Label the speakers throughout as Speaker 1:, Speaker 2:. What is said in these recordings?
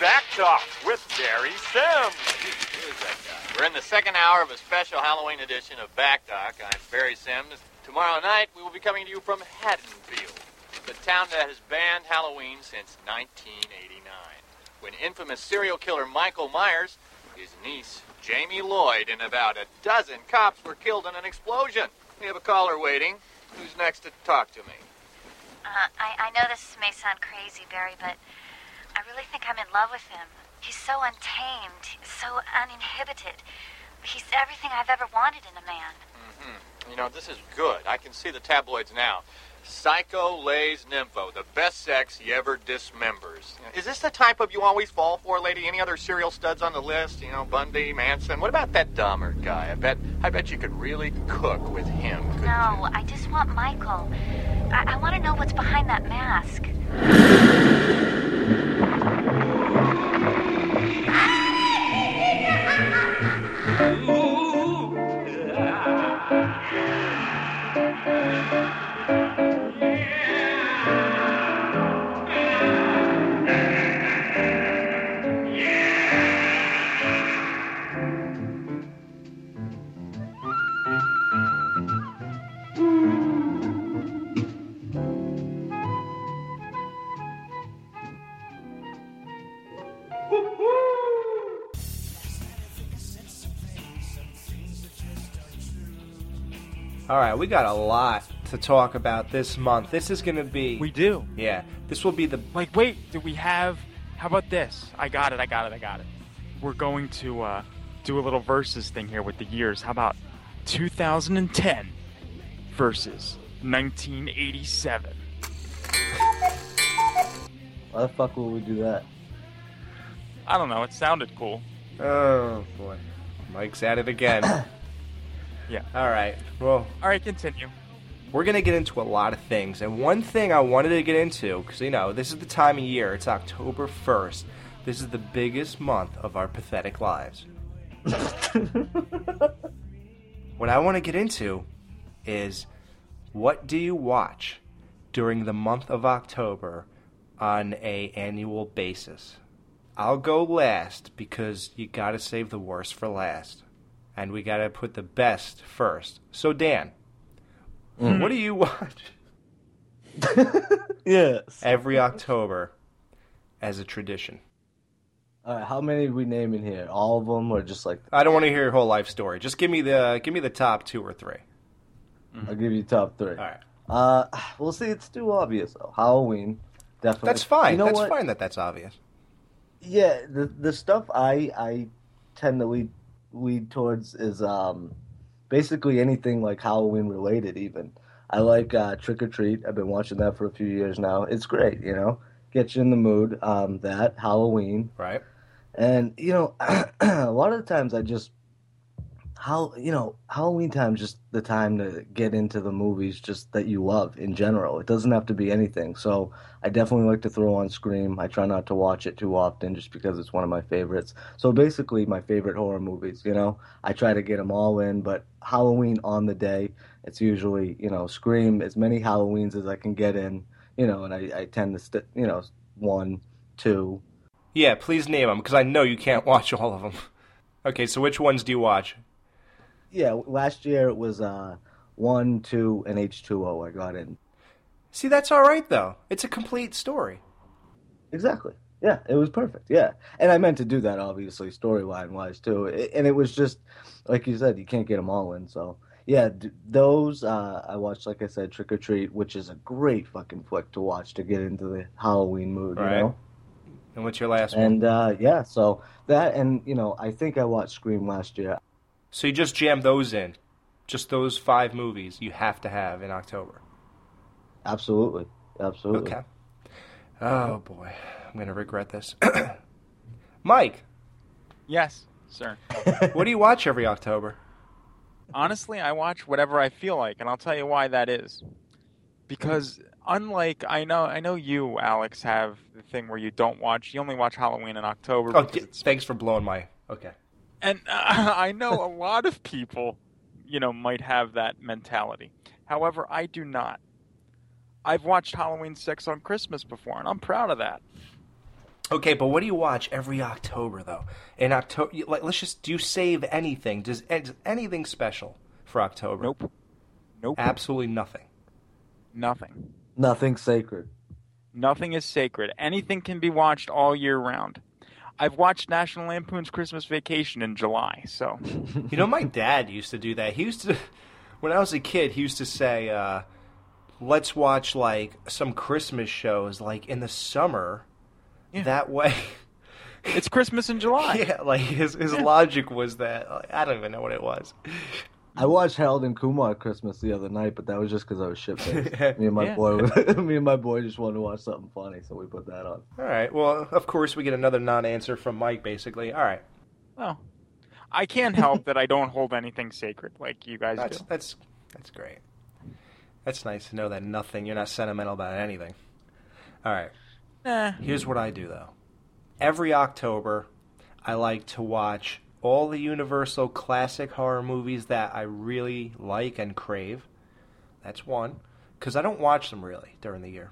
Speaker 1: Back Talk with Gary Sims.
Speaker 2: We're in the second hour of a special Halloween edition of Back Dock. I'm Barry Sims. Tomorrow night, we will be coming to you from Haddonfield, the town that has banned Halloween since 1989, when infamous serial killer Michael Myers, his niece Jamie Lloyd, and about a dozen cops were killed in an explosion. We have a caller waiting. Who's next to talk to me?
Speaker 3: Uh, I, I know this may sound crazy, Barry, but I really think I'm in love with him. He's so untamed, so uninhibited. He's everything I've ever wanted in a man.
Speaker 2: You know, this is good. I can see the tabloids now. Psycho lays nympho, the best sex he ever dismembers. Is this the type of you always fall for, lady? Any other serial studs on the list? You know, Bundy, Manson. What about that Dahmer guy? I bet, I bet you could really cook with him. couldn't
Speaker 3: No, I just want Michael. I, I want to know what's behind that mask.
Speaker 4: All right, we got a lot to talk about this month. This is going to be.
Speaker 5: We do.
Speaker 4: yeah, this will be the.
Speaker 5: Like, wait, do we have? How about this? I got it. I got it. I got it. We're going to uh, do a little versus thing here with the years. How about 2010 versus 1987?
Speaker 6: Why the fuck would we do that?
Speaker 5: I don't know. It sounded cool.
Speaker 4: Oh, boy. Mike's at it again.
Speaker 5: Yeah.
Speaker 4: All right. Well,
Speaker 5: All right, continue.
Speaker 4: we're going to get into a lot of things. And one thing I wanted to get into, because, you know, this is the time of year, it's October 1st. This is the biggest month of our pathetic lives. what I want to get into is what do you watch during the month of October on a annual basis? I'll go last because you got to save the worst for last. And we got to put the best first. So Dan, what do you watch
Speaker 6: Yes.
Speaker 4: every October as a tradition?
Speaker 6: All right. How many we name in here? All of them, or just like
Speaker 4: I don't want to hear your whole life story. Just give me the give me the top 2 or 3.
Speaker 6: I'll give you top three.
Speaker 4: Mm-hmm. All right.
Speaker 6: Uh, we'll see. It's too obvious though. Halloween, definitely.
Speaker 4: That's fine.
Speaker 6: You know
Speaker 4: that's
Speaker 6: what?
Speaker 4: fine that that's obvious.
Speaker 6: Yeah. The the stuff I I tend to lead lead towards is um basically anything like Halloween related. Even I like uh, Trick or Treat. I've been watching that for a few years now. It's great. You know, gets you in the mood. Um, that Halloween.
Speaker 4: Right?
Speaker 6: And you know, a lot of the times I just how you know Halloween time's just the time to get into the movies just that you love in general. It doesn't have to be anything. So I definitely like to throw on Scream. I try not to watch it too often just because it's one of my favorites. So basically, my favorite horror movies. You know, I try to get them all in, but Halloween on the day, it's usually you know Scream as many Halloweens as I can get in. You know, and I, I tend to st- you know one, two,
Speaker 4: Yeah, please name them because I know you can't watch all of them. Okay, so which ones do you watch?
Speaker 6: Yeah, last year it was uh, one, two, and H two O. I got in
Speaker 4: See, that's all right though. It's a complete story.
Speaker 6: exactly. Yeah, it was perfect. Yeah, and I meant to do that obviously storyline wise too. It, and it was just like you said, you can't get them all in. So yeah, d- those uh, I watched. Like I said, Trick or Treat, which is a great fucking flick to watch to get into the Halloween mood.
Speaker 4: Right.
Speaker 6: You know.
Speaker 4: And what's your last one?
Speaker 6: And uh, yeah, so that and you know, I think I watched Scream last year.
Speaker 4: So you just jam those in, just those five movies you have to have in October.
Speaker 6: Absolutely, absolutely.
Speaker 4: Okay. Oh boy, I'm gonna regret this. Mike,
Speaker 5: Yes, sir.
Speaker 4: what do you watch every October?
Speaker 5: Honestly, I watch whatever I feel like, and I'll tell you why that is. Because unlike I know, I know you, Alex, have the thing where you don't watch. You only watch Halloween in October.
Speaker 4: Oh,
Speaker 5: because
Speaker 4: d-
Speaker 5: it's
Speaker 4: thanks for blowing my. Okay.
Speaker 5: And uh, I know a lot of people, you know, might have that mentality. However, I do not. I've watched Halloween 6 on Christmas before, and I'm proud of that.
Speaker 4: Okay, but what do you watch every October though? In October, like let's just do you save anything? Does, is anything special for October?
Speaker 5: Nope. Nope.
Speaker 4: Absolutely nothing.
Speaker 5: Nothing.
Speaker 6: Nothing sacred.
Speaker 5: Nothing is sacred. Anything can be watched all year round. I've watched National Lampoon's Christmas Vacation in July, so
Speaker 4: You know, my dad used to do that. He used to, when I was a kid, he used to say, uh, "Let's watch like some Christmas shows, like in the summer." That way,
Speaker 5: it's Christmas in July.
Speaker 4: yeah. Like his his logic was that like, I don't even know what it was.
Speaker 6: I watched Harold and Kumar at Christmas the other night, but that was just because I was shit faced. me and my
Speaker 5: Yeah.
Speaker 6: boy, me and my boy just wanted to watch something funny, so we put that on.
Speaker 4: All right. Well, of course, we get another non-answer from Mike. Basically, all right.
Speaker 5: Well, Oh. I can't help that I don't hold anything sacred like you guys
Speaker 4: That's
Speaker 5: do.
Speaker 4: that's that's great. That's nice to know that nothing. You're not sentimental about anything. All right.
Speaker 5: Nah.
Speaker 4: Here's what I do though. Every October, I like to watch all the Universal classic horror movies that I really like and crave. That's one, because I don't watch them really during the year.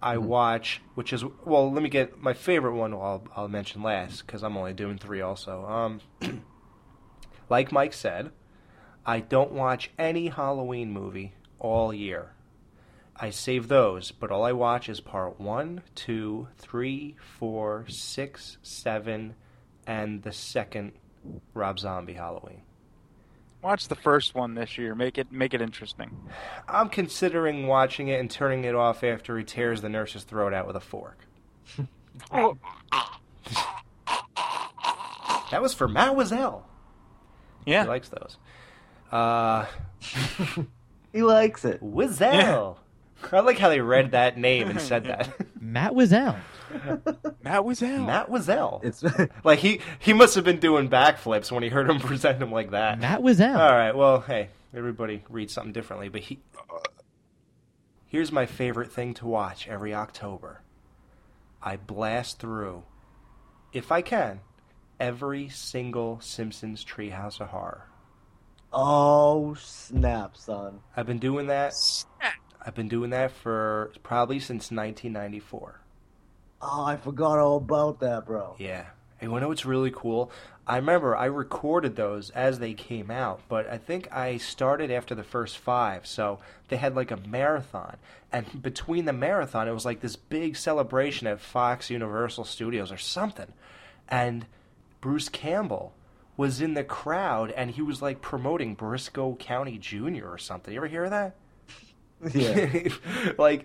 Speaker 4: I watch, which is well, let me get my favorite one. I'll I'll mention last because I'm only doing three also. Um, like Mike said, I don't watch any Halloween movie all year. I save those, but all I watch is part one, two, three, four, six, seven, and the second Rob Zombie Halloween.
Speaker 5: Watch the first one this year. Make it make it interesting.
Speaker 4: I'm considering watching it and turning it off after he tears the nurse's throat out with a fork.
Speaker 5: Oh,
Speaker 4: that was for Mademoiselle.
Speaker 5: Yeah.
Speaker 4: He likes those. Uh,
Speaker 6: He likes it.
Speaker 4: Wizelle. I like how they read that name and said that.
Speaker 7: Matt Wazell.
Speaker 5: Matt was out.
Speaker 4: Matt Wazell.
Speaker 6: It's
Speaker 4: Like he he must have been doing backflips when he heard him present him like that.
Speaker 7: Matt Wazell.
Speaker 4: All right. Well, hey, everybody reads something differently, but he. Here's my favorite thing to watch every October. I blast through, if I can, every single Simpsons Treehouse of Horror.
Speaker 6: oh snap, son.
Speaker 4: I've been doing that. I've been doing that for probably since 1994.
Speaker 6: Oh, I forgot all about that, bro.
Speaker 4: Yeah. And you know what's really cool? I remember I recorded those as they came out, but I think I started after the first five, so they had like a marathon. And between the marathon, it was like this big celebration at Fox Universal Studios or something. And Bruce Campbell was in the crowd and he was like promoting Briscoe County Jr. or something. You ever hear of that?
Speaker 6: Yeah.
Speaker 4: like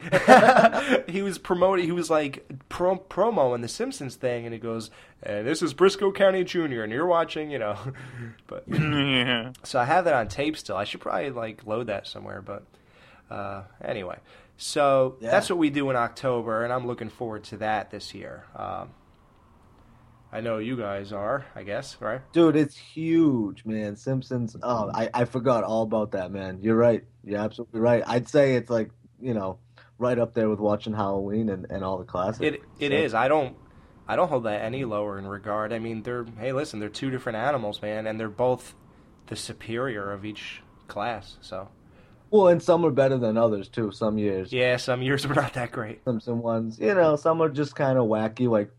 Speaker 4: he was promoting he was like pro- promo in the simpsons thing and he goes and this is briscoe county jr and you're watching you know but
Speaker 6: Mm-hmm.
Speaker 5: Yeah.
Speaker 4: so i have that on tape still i should probably like load that somewhere but uh, anyway so
Speaker 6: Yeah.
Speaker 4: that's what we do in october and i'm looking forward to that this year um, i know you guys are i guess right
Speaker 6: Dude, it's huge, man. Simpsons. Oh, I, I forgot all about that, man. You're right. You're absolutely right. I'd say it's like, you know, right up there with watching Halloween and, and all the classics.
Speaker 4: It it is. I don't I don't hold that any lower in regard. I mean, they're hey, listen, they're two different animals, man, and they're both the superior of each class. So
Speaker 6: Well, and some are better than others, too, some years.
Speaker 4: yeah, some years were not that great.
Speaker 6: Simpson ones. You know, some are just kind of wacky. Like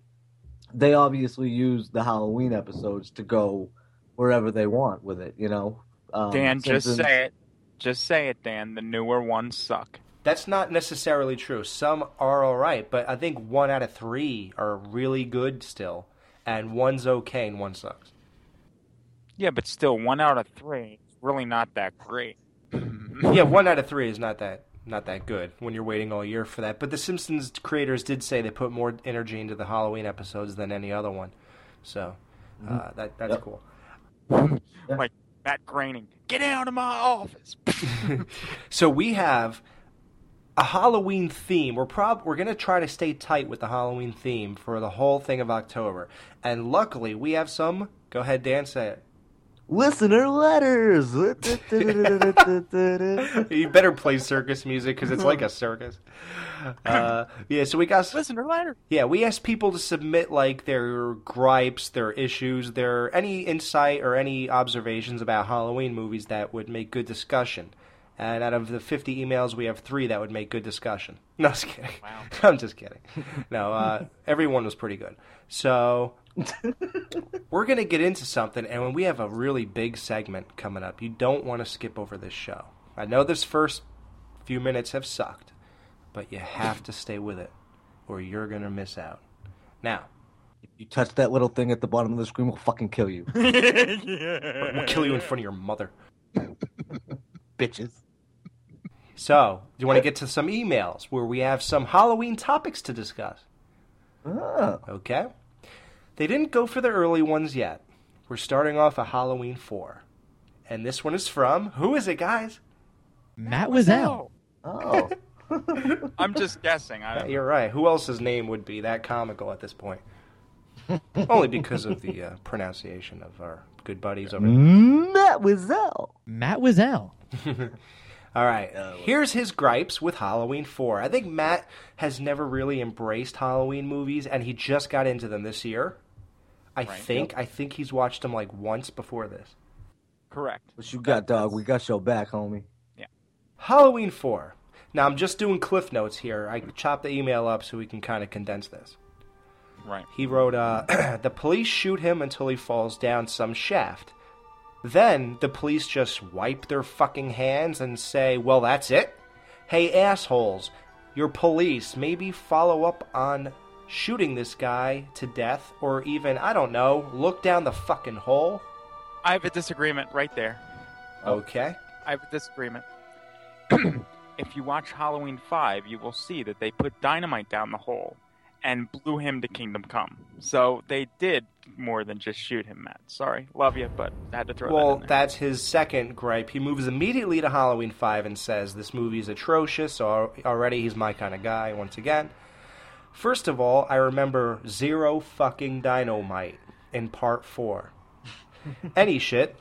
Speaker 6: they obviously use the Halloween episodes to go wherever they want with it. You know, um,
Speaker 5: Dan, just
Speaker 6: Simpsons-
Speaker 5: say it. Just say it, Dan. The newer ones suck.
Speaker 4: That's not necessarily true. Some are all right, but I think one out of three are really good still, and one's okay and one sucks.
Speaker 5: Yeah, but still, one out of three is really not that great.
Speaker 4: yeah, one out of three is not that not that good when you're waiting all year for that. But the Simpsons creators did say they put more energy into the Halloween episodes than any other one, so uh, that that's
Speaker 6: Yep.
Speaker 4: cool.
Speaker 5: like Matt Groening, get out of my office.
Speaker 4: so we have a Halloween theme. We're prob we're gonna try to stay tight with the Halloween theme for the whole thing of October. And luckily, we have some. Go ahead, Dan, say it.
Speaker 6: listener letters. That's
Speaker 4: you better play circus music because it's like a circus. Uh, yeah, so we got s-
Speaker 5: Listener letter.
Speaker 4: Yeah, we asked people to submit like their gripes, their issues, their any insight or any observations about Halloween movies that would make good discussion. And out of the 50 emails, we have three that would make good discussion. No, just kidding.
Speaker 2: Wow.
Speaker 4: I'm just kidding. No, uh, everyone was pretty good. So we're going to get into something, and when we have a really big segment coming up, you don't want to skip over this show. I know this first few minutes have sucked, but you have to stay with it, or you're going to miss out. Now,
Speaker 6: You touch that little thing at the bottom of the screen, we'll fucking kill you,
Speaker 4: we'll kill you in front of your mother.
Speaker 6: bitches.
Speaker 4: So, do you want to get to some emails where we have some Halloween topics to discuss?
Speaker 6: Ah,
Speaker 4: Okay. They didn't go for the early ones yet. We're starting off a Halloween 4. And this one is from, who is it, guys?
Speaker 7: Matt Wazell.
Speaker 6: oh,
Speaker 5: I'm just guessing. I don't
Speaker 4: You're right. Who else's name would be that comical at this point? Only because of the uh, pronunciation of our good buddies over there.
Speaker 6: Matt Wazell.
Speaker 7: Matt Wazell.
Speaker 4: All right. Here's his gripes with Halloween 4. I think Matt has never really embraced Halloween movies and he just got into them this year. I think I think he's watched them like once before this.
Speaker 5: correct.
Speaker 6: What you got, dog? We got your back, homie.
Speaker 4: Halloween 4. Now, I'm just doing cliff notes here. I chopped the email up so we can kind of condense this.
Speaker 5: Right.
Speaker 4: He wrote, uh, The police shoot him until he falls down some shaft. Then the police just wipe their fucking hands and say, Well, that's it? Hey, assholes, your police, maybe follow up on shooting this guy to death, or even, I don't know, look down the fucking hole?
Speaker 5: I have a disagreement right there.
Speaker 4: Okay.
Speaker 5: I have a disagreement. if you watch Halloween 5, you will see that they put dynamite down the hole and blew him to Kingdom Come. So they did more than just shoot him, Matt. Sorry. Love you, but I had to throw
Speaker 4: Well,
Speaker 5: that in there.
Speaker 4: that's his second gripe. He moves immediately to Halloween 5 and says, This movie's atrocious, so al- already he's my kind of guy once again. First of all, I remember zero fucking dynamite in part 4. Any shit.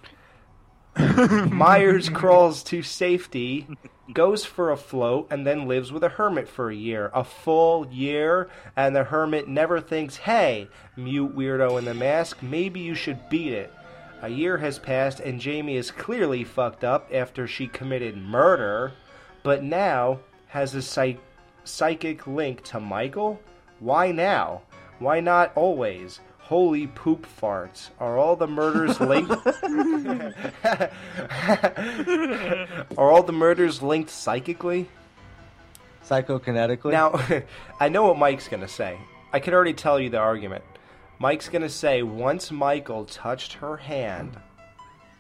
Speaker 4: Myers crawls to safety, goes for a float, and then lives with a hermit for a year. A full year, and the hermit never thinks, hey, mute weirdo in the mask, maybe you should beat it. A year has passed, and Jamie is clearly fucked up after she committed murder, but now has a psych- psychic link to Michael? Why now? Why not always? Holy poop farts. Are all the murders linked? Are all the murders linked psychically?
Speaker 6: Psychokinetically.
Speaker 4: Now, I know what Mike's going to say. I can already tell you the argument. Mike's going to say once Michael touched her hand.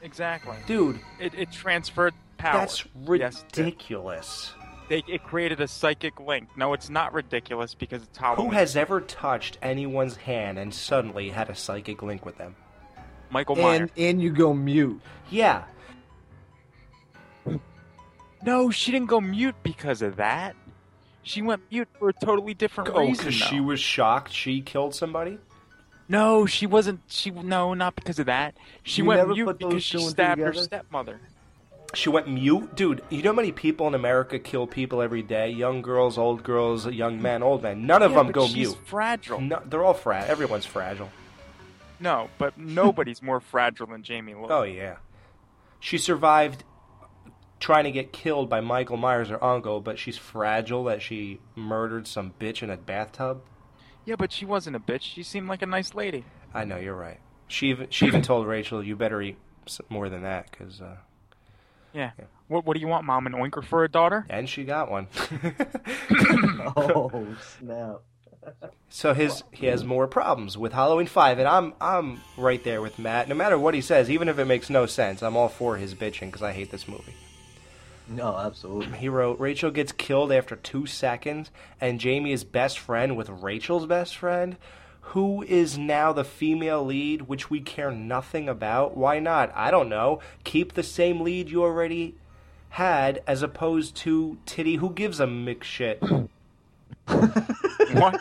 Speaker 5: exactly.
Speaker 4: Dude,
Speaker 5: It, it transferred power.
Speaker 4: that's
Speaker 5: Yes, it did.
Speaker 4: ridiculous.
Speaker 5: they, it created a psychic link. No, it's not ridiculous because it's Halloween.
Speaker 4: Who has ever touched anyone's hand and suddenly had a psychic link with them?
Speaker 5: Michael Myers.
Speaker 6: and and you go mute.
Speaker 4: Yeah,
Speaker 5: No, she didn't go mute because of that. She went mute for a totally different
Speaker 4: Oh,
Speaker 5: reason.
Speaker 4: because she
Speaker 5: though.
Speaker 4: was shocked she killed somebody?
Speaker 5: No, she wasn't. She no, not because of that. She
Speaker 6: You
Speaker 5: went
Speaker 6: never
Speaker 5: mute
Speaker 6: put those
Speaker 5: because she
Speaker 6: two and two
Speaker 5: stabbed her
Speaker 6: together?
Speaker 5: stepmother.
Speaker 4: She went mute? Dude, you know how many people in America kill people every day? Young girls, old girls, young men, old men. None of
Speaker 5: Yeah,
Speaker 4: them
Speaker 5: but
Speaker 4: go
Speaker 5: she's
Speaker 4: mute. Mm-hmm.
Speaker 5: Fragile. No.
Speaker 4: No, they're all fragile. Everyone's fragile.
Speaker 5: but nobody's more fragile than Jamie Lewis.
Speaker 4: Oh, yeah. She survived trying to get killed by Michael Myers, her uncle, but she's fragile that she murdered some bitch in a bathtub?
Speaker 5: Yeah, but she wasn't a bitch. She seemed like a nice lady.
Speaker 4: I know you're right. She even, she even told Rachel, "You better eat s- more than that," because uh,
Speaker 5: Yeah. What What do you want, mom? An oinker for a daughter?
Speaker 4: and she got one.
Speaker 6: Oh snap!
Speaker 4: so his he has more problems with Halloween Five, and I'm I'm right there with Matt. No matter what he says, even if it makes no sense, I'm all for his bitching because I hate this movie.
Speaker 6: No, absolutely.
Speaker 4: He wrote, Rachel gets killed after two seconds, and Jamie is best friend with Rachel's best friend, who is now the female lead, which we care nothing about. Why not? I don't know. Keep the same lead you already had, as opposed to Titty, who gives a mick shit.
Speaker 5: what?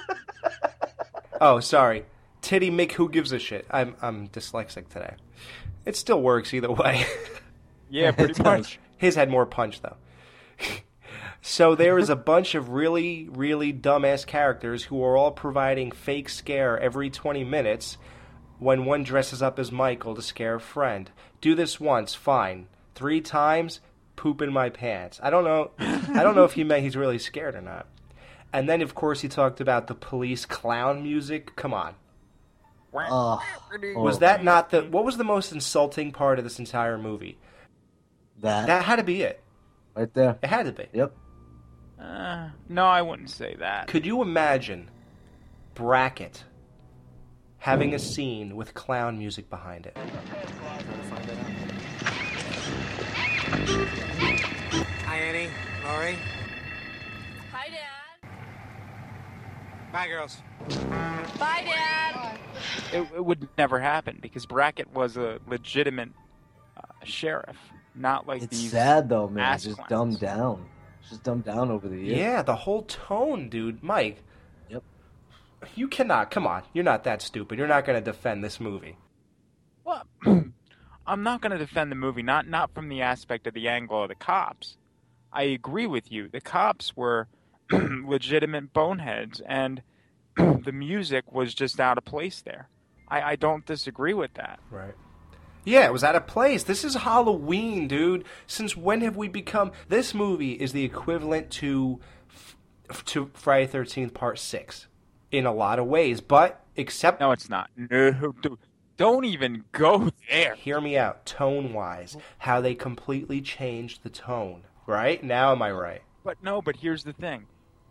Speaker 4: Oh, sorry. Titty Mick, who gives a shit? I'm, I'm dyslexic today. It still works either way.
Speaker 5: Yeah, pretty much.
Speaker 4: His had more punch though. so there is a bunch of really, really dumbass characters who are all providing fake scare every 20 minutes when one dresses up as Michael to scare a friend. Do this once, fine. Three times, poop in my pants. I don't know. I don't know if he meant he's really scared or not. And then, of course, he talked about the police clown music. Come on,
Speaker 6: Oh,
Speaker 4: was that not the? What was the most insulting part of this entire movie?
Speaker 6: that,
Speaker 4: That had to be it.
Speaker 6: right there?
Speaker 4: It had to be.
Speaker 6: Yep.
Speaker 5: Uh, no, I wouldn't say that.
Speaker 4: Could you imagine Bracket having
Speaker 6: Hmm.
Speaker 4: a scene with clown music behind it?
Speaker 8: Hi, Annie. Laurie.
Speaker 9: Hi, Dad.
Speaker 8: Bye, girls.
Speaker 9: Bye, Dad.
Speaker 5: It, it would never happen because Brackett was a legitimate uh, sheriff, not like
Speaker 6: It's
Speaker 5: these.
Speaker 6: sad though, man.
Speaker 5: ass
Speaker 6: It's just
Speaker 5: clowns.
Speaker 6: dumbed down. It's just dumbed down over the
Speaker 4: Yeah.
Speaker 6: years.
Speaker 4: the whole tone, dude. Mike.
Speaker 6: Yep.
Speaker 4: You cannot. Come on. You're not that stupid. You're not going to defend this movie.
Speaker 5: Well, I'm not going to defend the movie, not not from the aspect of the angle of the cops. I agree with you. The cops were legitimate boneheads, and the music was just out of place there. I, I don't disagree with that.
Speaker 4: Right. Yeah, it was out of place. This is Halloween, dude. Since when have we become? This movie is the equivalent to f- to Friday Thirteenth Part Six in a lot of ways, but except
Speaker 5: No, it's not. No, dude, don't even go there.
Speaker 4: hear me out tone wise how they completely changed the tone right now am i right
Speaker 5: But no, but here's the thing.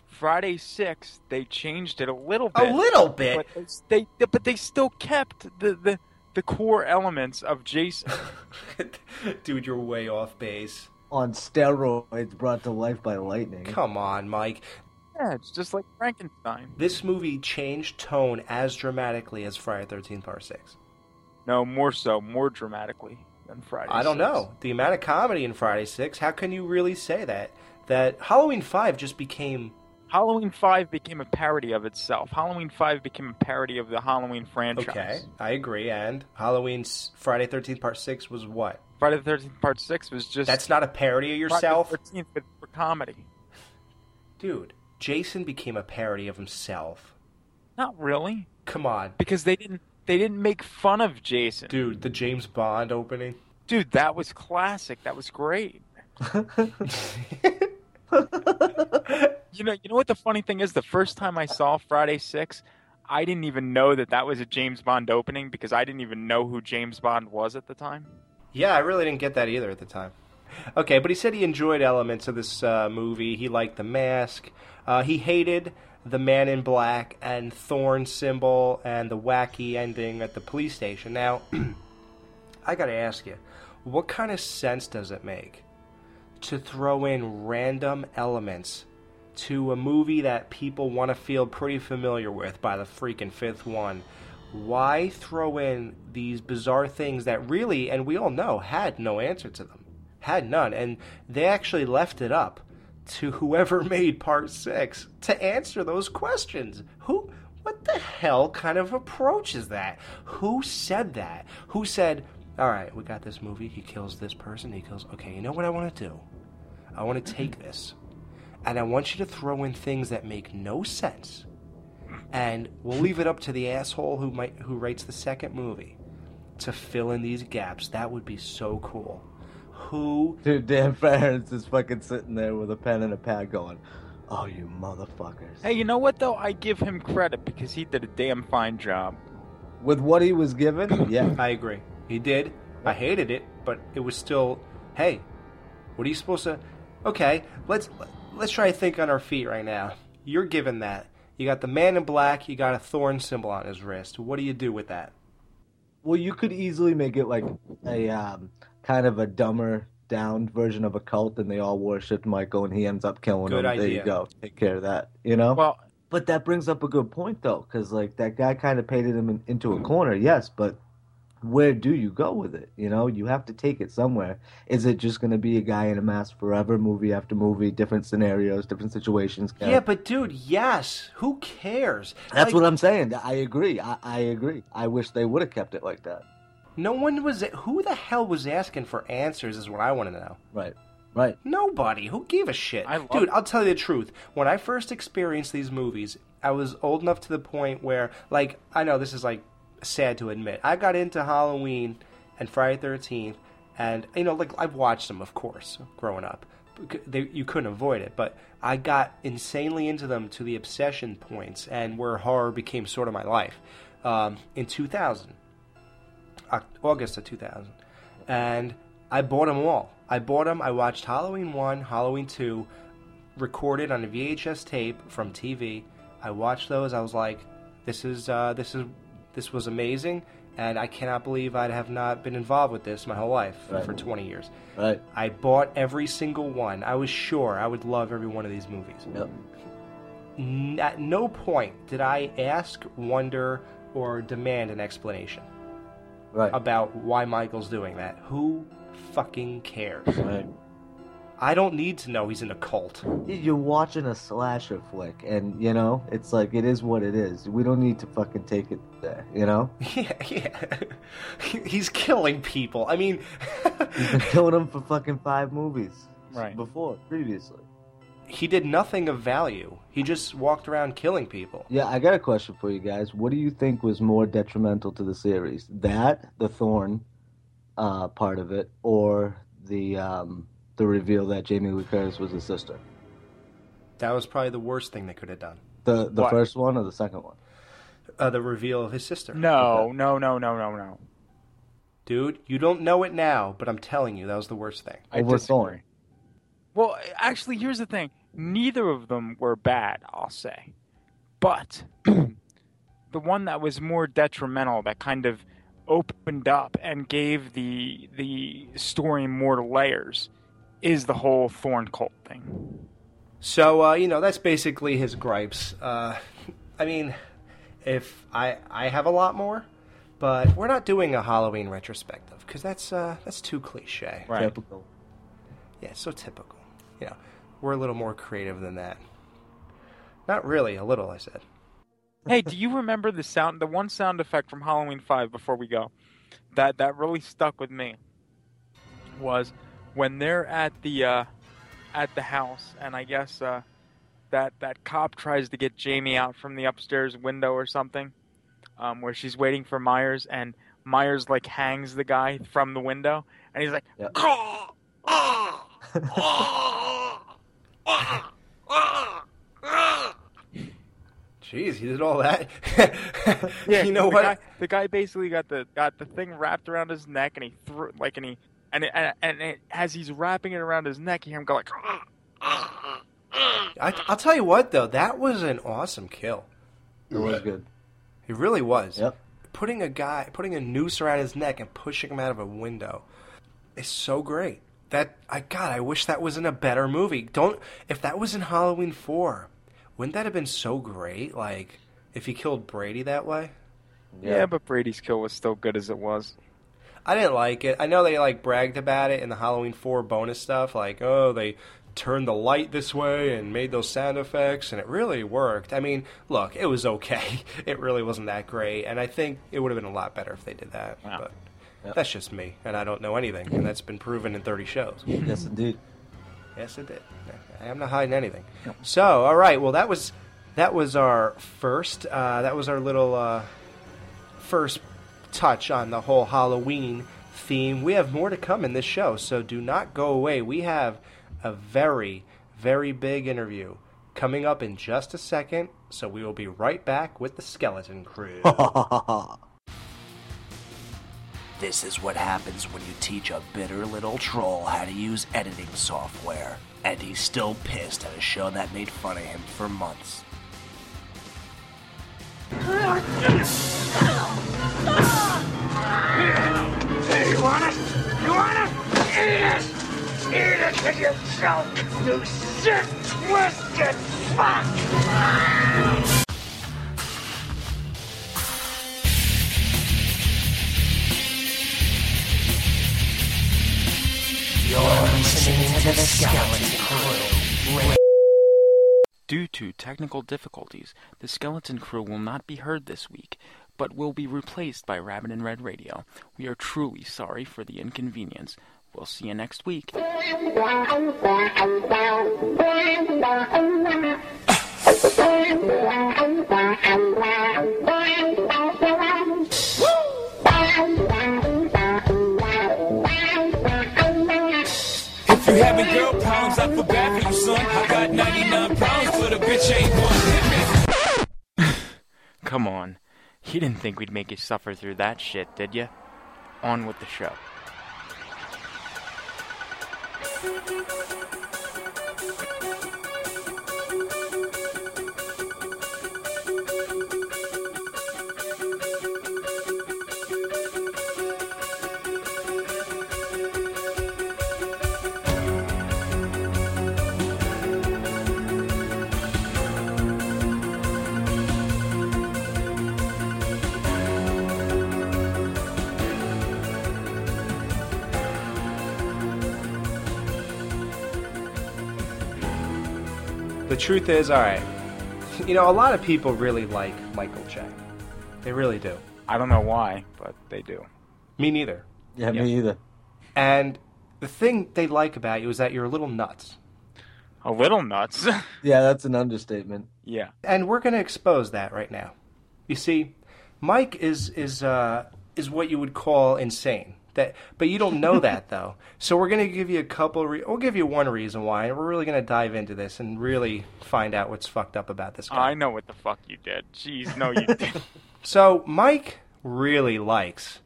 Speaker 5: Friday six, they changed it a little
Speaker 4: a
Speaker 5: bit.
Speaker 4: little bit
Speaker 5: But it's- they, but they still kept the, the, the core elements of Jason.
Speaker 4: dude you're way off base
Speaker 6: On steroids, brought to life by lightning.
Speaker 4: come on mike
Speaker 5: Yeah, it's just like Frankenstein.
Speaker 4: this movie changed tone as dramatically as friday 13th part 6
Speaker 5: No, more so, more dramatically than Friday.
Speaker 4: i don't
Speaker 5: Six.
Speaker 4: know the amount of comedy in friday 6 how can you really say that that halloween 5 just became
Speaker 5: Halloween Five became a parody of itself. Halloween Five became a parody of the Halloween franchise.
Speaker 4: okay i agree and halloween's friday 13th part 6 was what
Speaker 5: Friday the Thirteenth Part Six was just
Speaker 4: that's not a parody of yourself
Speaker 5: Thirteenth for comedy.
Speaker 4: dude jason became a parody of himself
Speaker 5: Not really,
Speaker 4: Come on.
Speaker 5: because they didn't they didn't make fun of Jason. Dude,
Speaker 4: Dude, the James Bond opening.
Speaker 5: that was classic. That was great. You know, you know what the funny thing is? The first time I saw Friday Six. I didn't even know that that was a James Bond opening because I didn't even know who James Bond was at the time.
Speaker 4: yeah, I really didn't get that either at the time. Okay, but he said he enjoyed elements of this uh, movie. He liked the mask. Uh, he hated the man in black and thorn symbol and the wacky ending at the police station. Now, I gotta ask you, what kind of sense does it make to throw in random elements to a movie that people want to feel pretty familiar with by the freaking fifth one? Why throw in these bizarre things that really, and we all know, had no answer to them? Had none. And they actually left it up to whoever made part six to answer those questions. Who? What the hell kind of approach is that? Who said that? Who said, all right, we got this movie. He kills this person. He kills. Okay, you know what I want to do? I want to take this and I want you to throw in things that make no sense. And we'll leave it up to the asshole who might who writes the second movie to fill in these gaps. That would be so cool. Who
Speaker 6: Dude, Dan Ferris is fucking sitting there with a pen and a pad, going, "Oh, you motherfuckers!"
Speaker 5: Hey, you know what though? I give him credit because he did a damn fine job.
Speaker 6: With what he was given, yeah.
Speaker 4: I agree. He did. I hated it, but it was still, hey, what are you supposed to? Okay, let's let's try to think on our feet right now. You're given that. You got the man in black. You got a thorn symbol on his wrist. What do you do with that?
Speaker 6: Well, you could easily make it like a um, kind of a dumber down version of a cult, and they all worshipped Michael, and he ends up killing
Speaker 4: Good
Speaker 6: them. There
Speaker 4: idea.
Speaker 6: you go. Take care of that. You know.
Speaker 5: Well,
Speaker 6: But that brings up a good point, though, because like that guy kind of painted him in, into a corner. Yes, but where do you go with it? You know, you have to take it somewhere. Is it just going to be a guy in a mask forever, movie after movie, different scenarios, different situations?
Speaker 4: Yeah, but dude, yes. Who cares?
Speaker 6: that's
Speaker 4: Like,
Speaker 6: what I'm saying. I agree. I, I agree. I wish they would have kept it like that.
Speaker 4: No one was. Who the hell was asking for answers? Is what I want to know.
Speaker 6: Right. Right.
Speaker 4: Nobody. Who gave a shit?
Speaker 5: I love-
Speaker 4: Dude, I'll tell you the truth. When I first experienced these movies, I was old enough to the point where, like, I know this is like sad to admit, I got into Halloween and Friday Thirteenth and you know, like I've watched them, of course, growing up. Bec- They, you couldn't avoid it, but I got insanely into them to the obsession points, and where horror became sort of my life. Um, in 2000, Oc- August of 2000, and I bought them all. I bought them. I watched Halloween one, Halloween two, recorded on a VHS tape from TV. I watched those. I was like, "This is uh, this is this was amazing," and I cannot believe I'd have not been involved with this my whole life for 20 years.
Speaker 6: Right.
Speaker 4: I bought every single one. I was sure I would love every one of these movies.
Speaker 6: Yep.
Speaker 4: N- at no point did I ask, wonder, or demand an explanation
Speaker 6: Right.
Speaker 4: about why Michael's doing that. Who fucking cares?
Speaker 6: right.
Speaker 4: I don't need to know he's in a cult.
Speaker 6: You're watching a slasher flick, and you know it's like it is what it is. We don't need to fucking take it there. You know,
Speaker 4: Yeah, yeah. he's killing people. I mean,
Speaker 6: you've been killing them for fucking five movies
Speaker 5: Right.
Speaker 6: before previously.
Speaker 4: he did nothing of value. He just walked around killing people.
Speaker 6: Yeah, I got a question for you guys. What do you think was more detrimental to the series? That the Thorn uh, part of it, or the um, the reveal that Jamie Lee Curtis was his sister?
Speaker 4: That was probably the worst thing they could have done.
Speaker 6: The the
Speaker 5: What?
Speaker 6: first one or the second one?
Speaker 4: Uh, the reveal of his sister.
Speaker 5: No, no, no, no, no, no.
Speaker 4: Dude, you don't know it now, but I'm telling you, that was the worst thing.
Speaker 5: I
Speaker 6: Over
Speaker 5: disagree.
Speaker 6: Thorn.
Speaker 5: Well, actually, here's the thing. Neither of them were bad, I'll say. But the one that was more detrimental, that kind of opened up and gave the the story more layers, is the whole Thorn cult thing.
Speaker 4: So uh, you know that's basically his gripes. Uh, I mean, if I I have a lot more, but we're not doing a Halloween retrospective because that's uh, that's too cliche.
Speaker 5: Right.
Speaker 6: Typical.
Speaker 4: Yeah, so typical. You know, we're a little more creative than that. Not really, a little. I said.
Speaker 5: hey, do you remember the sound, the one sound effect from Halloween Five? Before we go, that that really stuck with me was when they're at the uh, at the house, and I guess uh, that that cop tries to get Jamie out from the upstairs window or something, um, where she's waiting for Myers, and Myers like hangs the guy from the window, and he's like,
Speaker 6: Yep.
Speaker 4: Jeez, he did all that. you know
Speaker 5: the
Speaker 4: what?
Speaker 5: Guy, the guy basically got the got the thing wrapped around his neck, and he threw like, and he and it, and, and it, as he's wrapping it around his neck, you hear him go like,
Speaker 4: I, I'll tell you what, though, that was an awesome kill.
Speaker 6: It was good.
Speaker 4: It really was.
Speaker 6: Yep.
Speaker 4: Putting a guy, putting a noose around his neck and pushing him out of a window is so great. That I God, I wish that was in a better movie. Don't if that was in Halloween four, wouldn't that have been so great? Like if he killed Brady that way.
Speaker 5: yeah. but Brady's kill was still good as it was.
Speaker 4: I didn't like it. I know they like bragged about it in the Halloween four bonus stuff, like oh they turned the light this way and made those sound effects, and it really worked. I mean, look, it was okay. It really wasn't that great, and I think it would have been a lot better if they did that.
Speaker 5: Wow.
Speaker 4: But that's just me, and I don't know anything, and that's been proven in thirty shows.
Speaker 6: Yes, indeed.
Speaker 4: Yes, it did. I'm not hiding anything. So, all right. Well, that was that was our first. Uh, that was our little uh, first touch on the whole Halloween theme. We have more to come in this show, so do not go away. We have a very, very big interview coming up in just a second. So we will be right back with the skeleton crew. This is what happens when you teach a bitter little troll how to use editing software. And he's still pissed at a show that made fun of him for months.
Speaker 5: Due to technical difficulties, the Skeleton Crew will not be heard this week, but will be replaced by Rabbit and Red Radio. We are truly sorry for the inconvenience. We'll see you next week.
Speaker 10: Wow. You having girl problems, I feel bad for you, son. I got 99 pounds, but a bitch ain't one.
Speaker 5: Come on. You didn't think we'd make you suffer through that shit, did you? On with the show.
Speaker 4: The truth is, all right. You know, a lot of people really like Michael Che. They really do.
Speaker 5: I don't know why, but they do.
Speaker 4: Me neither.
Speaker 6: Yeah, me either.
Speaker 4: And the thing they like about you is that you're a little nuts.
Speaker 5: A little nuts.
Speaker 6: Yeah, that's an understatement.
Speaker 5: yeah.
Speaker 4: and we're going to expose that right now. You see, Mike is is uh, is what you would call insane. That, but you don't know that though. So we're going to give you a couple. Re- we'll give you one reason why, and we're really going to dive into this and really find out what's fucked up about this guy.
Speaker 5: I know what the fuck you did. Jeez, no, you didn't.
Speaker 4: So Mike really likes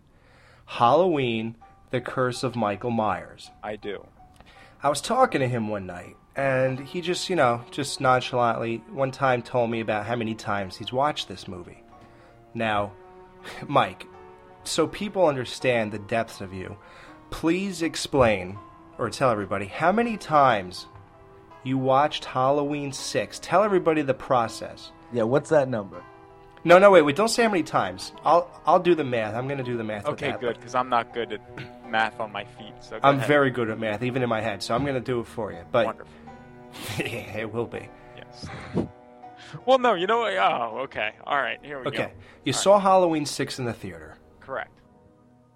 Speaker 4: Halloween: The Curse of Michael Myers.
Speaker 5: I do.
Speaker 4: I was talking to him one night, and he just, you know, just nonchalantly one time told me about how many times he's watched this movie. Now, Mike, so people understand the depths of you, please explain or tell everybody how many times you watched Halloween 6. Tell everybody the process.
Speaker 6: Yeah, what's that number?
Speaker 4: No, no, wait, wait, don't say how many times. I'll I'll do the math. I'm going to do the math with
Speaker 5: Okay,
Speaker 4: that,
Speaker 5: good,
Speaker 4: but
Speaker 5: because I'm not good at math on my feet. So go
Speaker 4: I'm
Speaker 5: ahead.
Speaker 4: very good at math, even in my head, so I'm going to do it for you. But
Speaker 5: wonderful.
Speaker 4: yeah, it will be.
Speaker 5: Yes. well, no, you know what? Oh, okay. All right, here we go.
Speaker 4: Okay. You saw Halloween 6 in the theater.
Speaker 5: Correct.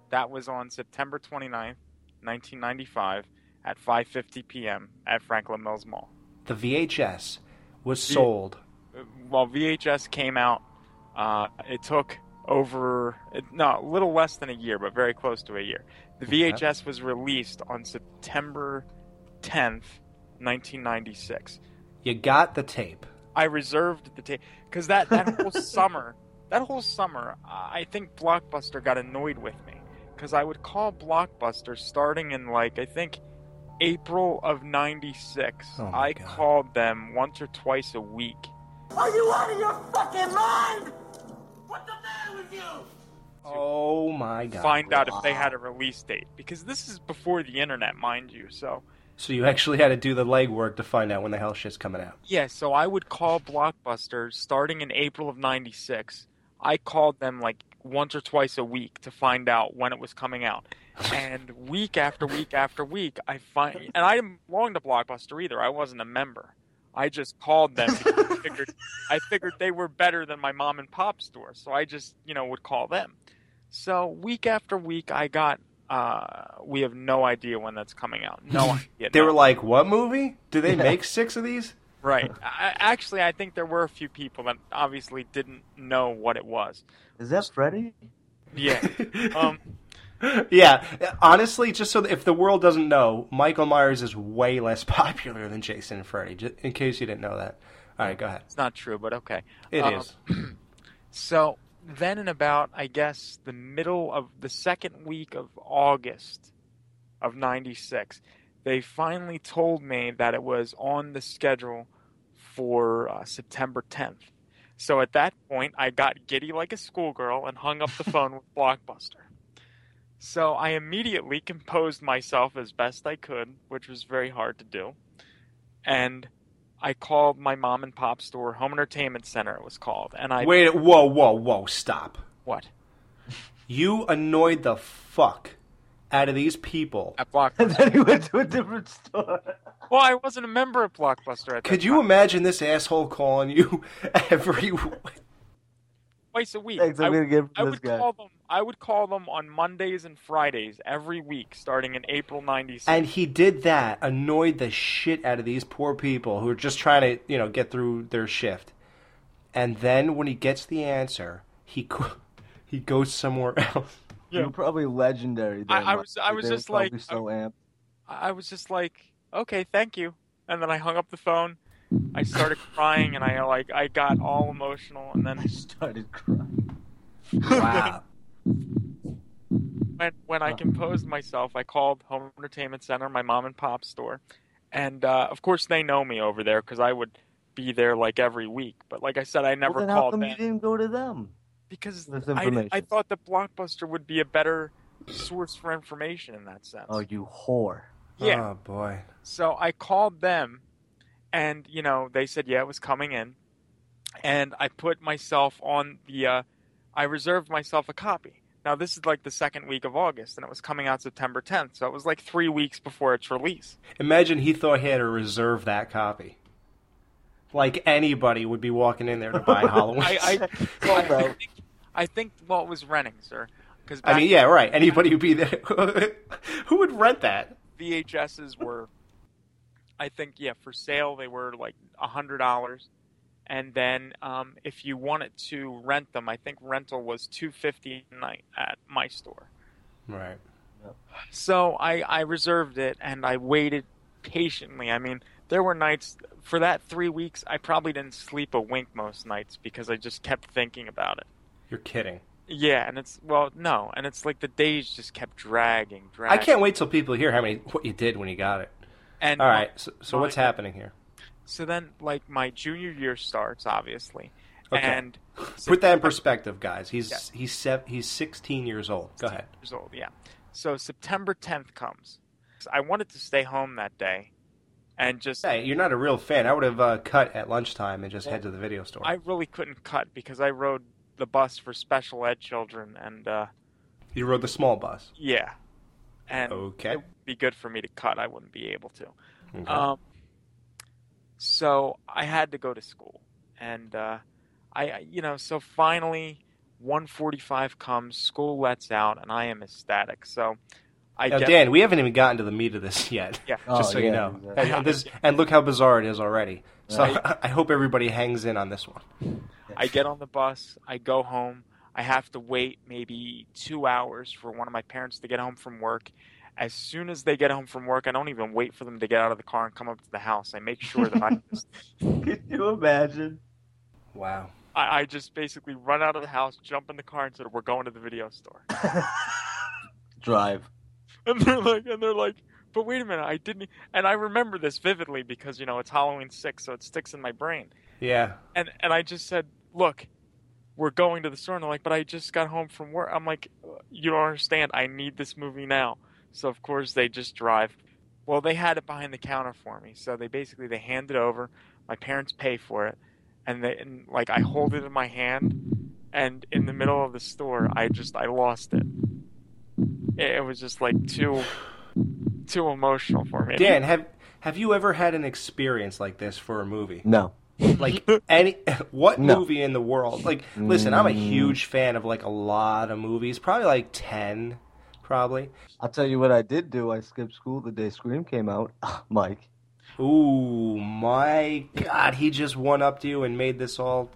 Speaker 5: That was on September 29th, 1995, at 5:50 p.m. at Franklin Mills Mall.
Speaker 4: The VHS was sold.
Speaker 5: Uh, While VHS came out, uh, it took over it- no, a little less than a year, but very close to a year. The VHS was released on September 10th, 1996.
Speaker 4: You got the tape.
Speaker 5: I reserved the tape because that that whole summer, that whole summer, I I think Blockbuster got annoyed with me because I would call Blockbuster starting in like I think April of '96.
Speaker 4: Oh my
Speaker 5: I
Speaker 4: God.
Speaker 5: called them once or twice a week.
Speaker 4: Oh my god.
Speaker 5: Find out if they had a release date because this is before the internet, mind you. So
Speaker 4: So you actually had to do the legwork to find out when the hell shit's coming out.
Speaker 5: Yeah, so I would call Blockbuster starting in April of 96. I called them like once or twice a week to find out when it was coming out. And week after week after week, I find and I didn't belong to Blockbuster either. I wasn't a member. I just called them because I figured I figured they were better than my mom and pop store, so I just, you know, would call them. So week after week I got uh we have no idea when that's coming out. No idea.
Speaker 4: They
Speaker 5: no.
Speaker 4: were like, "What movie? Do they make 6 of these?"
Speaker 5: Right. I, actually, I think there were a few people that obviously didn't know what it was.
Speaker 6: Is that Freddy?
Speaker 5: Yeah. um,
Speaker 4: yeah, honestly, just so that if the world doesn't know, Michael Myers is way less popular than Jason and Freddy, just in case you didn't know that. All right, go ahead.
Speaker 5: it's not true, but okay.
Speaker 4: It is.
Speaker 5: Um, So then, in about I guess the middle of the second week of August of '96, they finally told me that it was on the schedule for uh, September 10th. So at that point, I got giddy like a schoolgirl and hung up the phone with Blockbuster. So I immediately composed myself as best I could, which was very hard to do. And I called my mom and pop store, Home Entertainment Center, it was called. And I
Speaker 4: Wait, whoa, whoa, whoa, stop.
Speaker 5: what?
Speaker 4: You annoyed the fuck out of these people.
Speaker 5: At Blockbuster.
Speaker 6: And then he went to a different store.
Speaker 5: well, I wasn't a member of Blockbuster at that
Speaker 4: Could
Speaker 5: time.
Speaker 4: you imagine this asshole calling you every
Speaker 5: twice a week.
Speaker 6: Thanks, I'm
Speaker 5: I,
Speaker 6: gonna get
Speaker 5: I
Speaker 6: from this
Speaker 5: would
Speaker 6: guy.
Speaker 5: call them. I would call them on Mondays and Fridays every week, starting in April '96.
Speaker 4: And he did that, annoyed the shit out of these poor people who are just trying to, you know, get through their shift. And then when he gets the answer, he go- he goes somewhere else.
Speaker 5: Yeah.
Speaker 6: You're probably legendary. Then,
Speaker 5: I
Speaker 6: Mike.
Speaker 5: was- I was
Speaker 6: They were
Speaker 5: just like-
Speaker 6: probably so amped.
Speaker 5: I was just like, okay, thank you. And then I hung up the phone. I started crying, and I like I got all emotional, and then
Speaker 6: started crying.
Speaker 4: Wow.
Speaker 5: when when I composed myself, I called Home Entertainment Center, my mom and pop store, and uh, of course they know me over there because I would be there like every week. But like I said, I never
Speaker 6: well, then how
Speaker 5: called
Speaker 6: come
Speaker 5: them
Speaker 6: you didn't go to them?
Speaker 5: because
Speaker 6: This
Speaker 5: I,
Speaker 6: information.
Speaker 5: I thought that Blockbuster would be a better source for information in that sense.
Speaker 6: Oh, you whore.
Speaker 5: yeah,
Speaker 4: Oh boy.
Speaker 5: so I called them, and you know they said yeah it was coming in, and I put myself on the, uh, I reserved myself a copy. Now this is like the second week of August, and it was coming out September 10th, so it was like three weeks before its release.
Speaker 4: Imagine he thought he had to reserve that copy. Like anybody would be walking in there to buy Halloween.
Speaker 5: I I, well, I, think, I think well it was renting, sir, because
Speaker 4: I mean, yeah, right. Anybody would be there. Who would rent that?
Speaker 5: VHSs were, I think, yeah, for sale they were like a hundred dollars, and then um, if you wanted to rent them, I think rental was two fifty a night at my store.
Speaker 4: Right.
Speaker 5: So I I reserved it and I waited patiently. I mean, there were nights for that three weeks I probably didn't sleep a wink most nights because I just kept thinking about it.
Speaker 4: You're kidding.
Speaker 5: Yeah, and it's well, no, and it's like the days just kept dragging,
Speaker 4: I
Speaker 5: dragging.
Speaker 4: can't wait till people hear how many what you did when you got it.
Speaker 5: And
Speaker 4: All right. So, so
Speaker 5: my-
Speaker 4: what's happening here?
Speaker 5: So then, like my junior year starts, obviously,
Speaker 4: Okay.
Speaker 5: and
Speaker 4: Put that in perspective, guys. He's he's sev- he's 16 years old. Go ahead.
Speaker 5: years old, yeah. So September 10th comes. So I wanted to stay home that day, and just
Speaker 4: Hey, you're not a real fan. I would have uh, cut at lunchtime and just head to the video store.
Speaker 5: I really couldn't cut because I rode the bus for special ed children, and uh,
Speaker 4: you rode the small bus.
Speaker 5: yeah, and
Speaker 4: Okay.
Speaker 5: it would be good for me to cut. I wouldn't be able to.
Speaker 4: Okay.
Speaker 5: Um, so I had to go to school, and uh, I, I- you know, so finally, 1:45 comes, school lets out, and I am ecstatic. So I
Speaker 4: now,
Speaker 5: get-
Speaker 4: Dan, we haven't even gotten to the meat of this yet.
Speaker 5: Yeah.
Speaker 6: Oh,
Speaker 4: Just so you
Speaker 6: yeah,
Speaker 4: know.
Speaker 6: exactly.
Speaker 4: And, this, and look how bizarre it is already. So I hope everybody hangs in on this one.
Speaker 5: I get on the bus, I go home, I have to wait maybe two hours for one of my parents to get home from work. As soon as they get home from work, I don't even wait for them to get out of the car and come up to the house. I make sure that I just,
Speaker 6: Could you imagine?
Speaker 4: Wow.
Speaker 5: I, I just basically run out of the house, jump in the car, and said, "We're going to the video store."
Speaker 6: Drive.
Speaker 5: and they're like, and they're like, but wait a minute, I didn't. e-" And I remember this vividly because you know it's Halloween six, so it sticks in my brain.
Speaker 4: Yeah.
Speaker 5: And and I just said, look, we're going to the store. And they're like, but I just got home from work. I'm like, you don't understand. I need this movie now. So of course they just drive. Well, they had it behind the counter for me, so they basically they hand it over. My parents pay for it, and they and like I hold it in my hand, and in the middle of the store, I just I lost it. It, it was just like too too emotional for me.
Speaker 4: Dan, have have you ever had an experience like this for a movie?
Speaker 6: No.
Speaker 4: Like any what
Speaker 6: No. Mm.
Speaker 4: movie in the world? Like listen, I'm a huge fan of like a lot of movies, probably like 10 probably.
Speaker 6: I'll tell you what I did do. I skipped school the day Scream came out, Ah, Mike.
Speaker 4: Ooh, my god, he just one upped you and made this all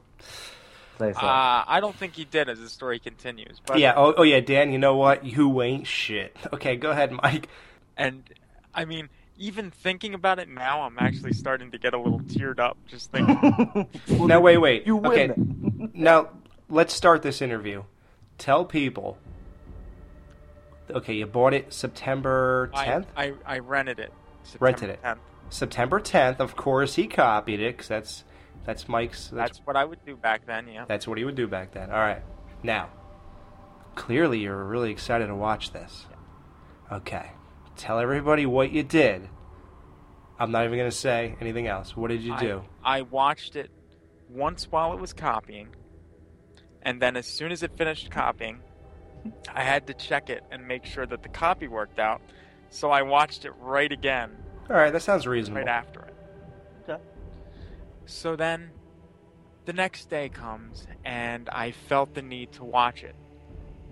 Speaker 6: Say so.
Speaker 5: Uh, I don't think he did as the story continues. But
Speaker 4: Yeah, oh, oh yeah, Dan, you know what? You ain't shit. Okay, go ahead, Mike.
Speaker 5: And I mean, even thinking about it now, I'm actually starting to get a little teared up just thinking.
Speaker 4: Now wait, wait.
Speaker 6: you win.
Speaker 4: okay. now let's start this interview. Tell people Okay, you bought it September 10th?
Speaker 5: I, I I rented it. September
Speaker 4: Rented it.
Speaker 5: 10th.
Speaker 4: September 10th, of course, he copied it because that's that's Mike's. That's,
Speaker 5: That's what I would do back then. Yeah.
Speaker 4: that's what he would do back then. All right, now clearly you're really excited to watch this. Okay, tell everybody what you did. I'm not even gonna say anything else. What did you
Speaker 5: I-
Speaker 4: do?
Speaker 5: I, watched it once while it was copying, and then as soon as it finished copying, I had to check it and make sure that the copy worked out. So I watched it right again
Speaker 4: All right, that sounds reasonable.
Speaker 5: right after it.
Speaker 6: Okay.
Speaker 5: So then the next day comes and I felt the need to watch it.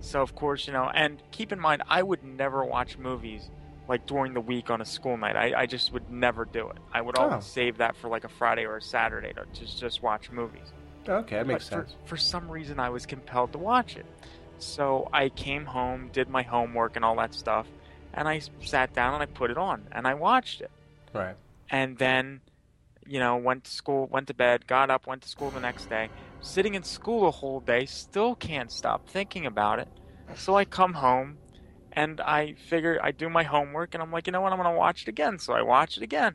Speaker 5: So of course, you know, and keep in mind I would never watch movies like during the week on a school night. I, I just would never do it. I would always
Speaker 4: Oh.
Speaker 5: save that for like a Friday or a Saturday to just just watch movies.
Speaker 4: Okay, that makes
Speaker 5: But for-
Speaker 4: sense.
Speaker 5: For, some reason, I was compelled to watch it. So I came home, did my homework and all that stuff, and I s- sat down and I put it on and I watched it.
Speaker 4: Right.
Speaker 5: and then you know went to school went to bed got up went to school the next day sitting in school a whole day still can't stop thinking about it so i come home and i figure i do my homework and i'm like you know what i'm going to watch it again so i watch it again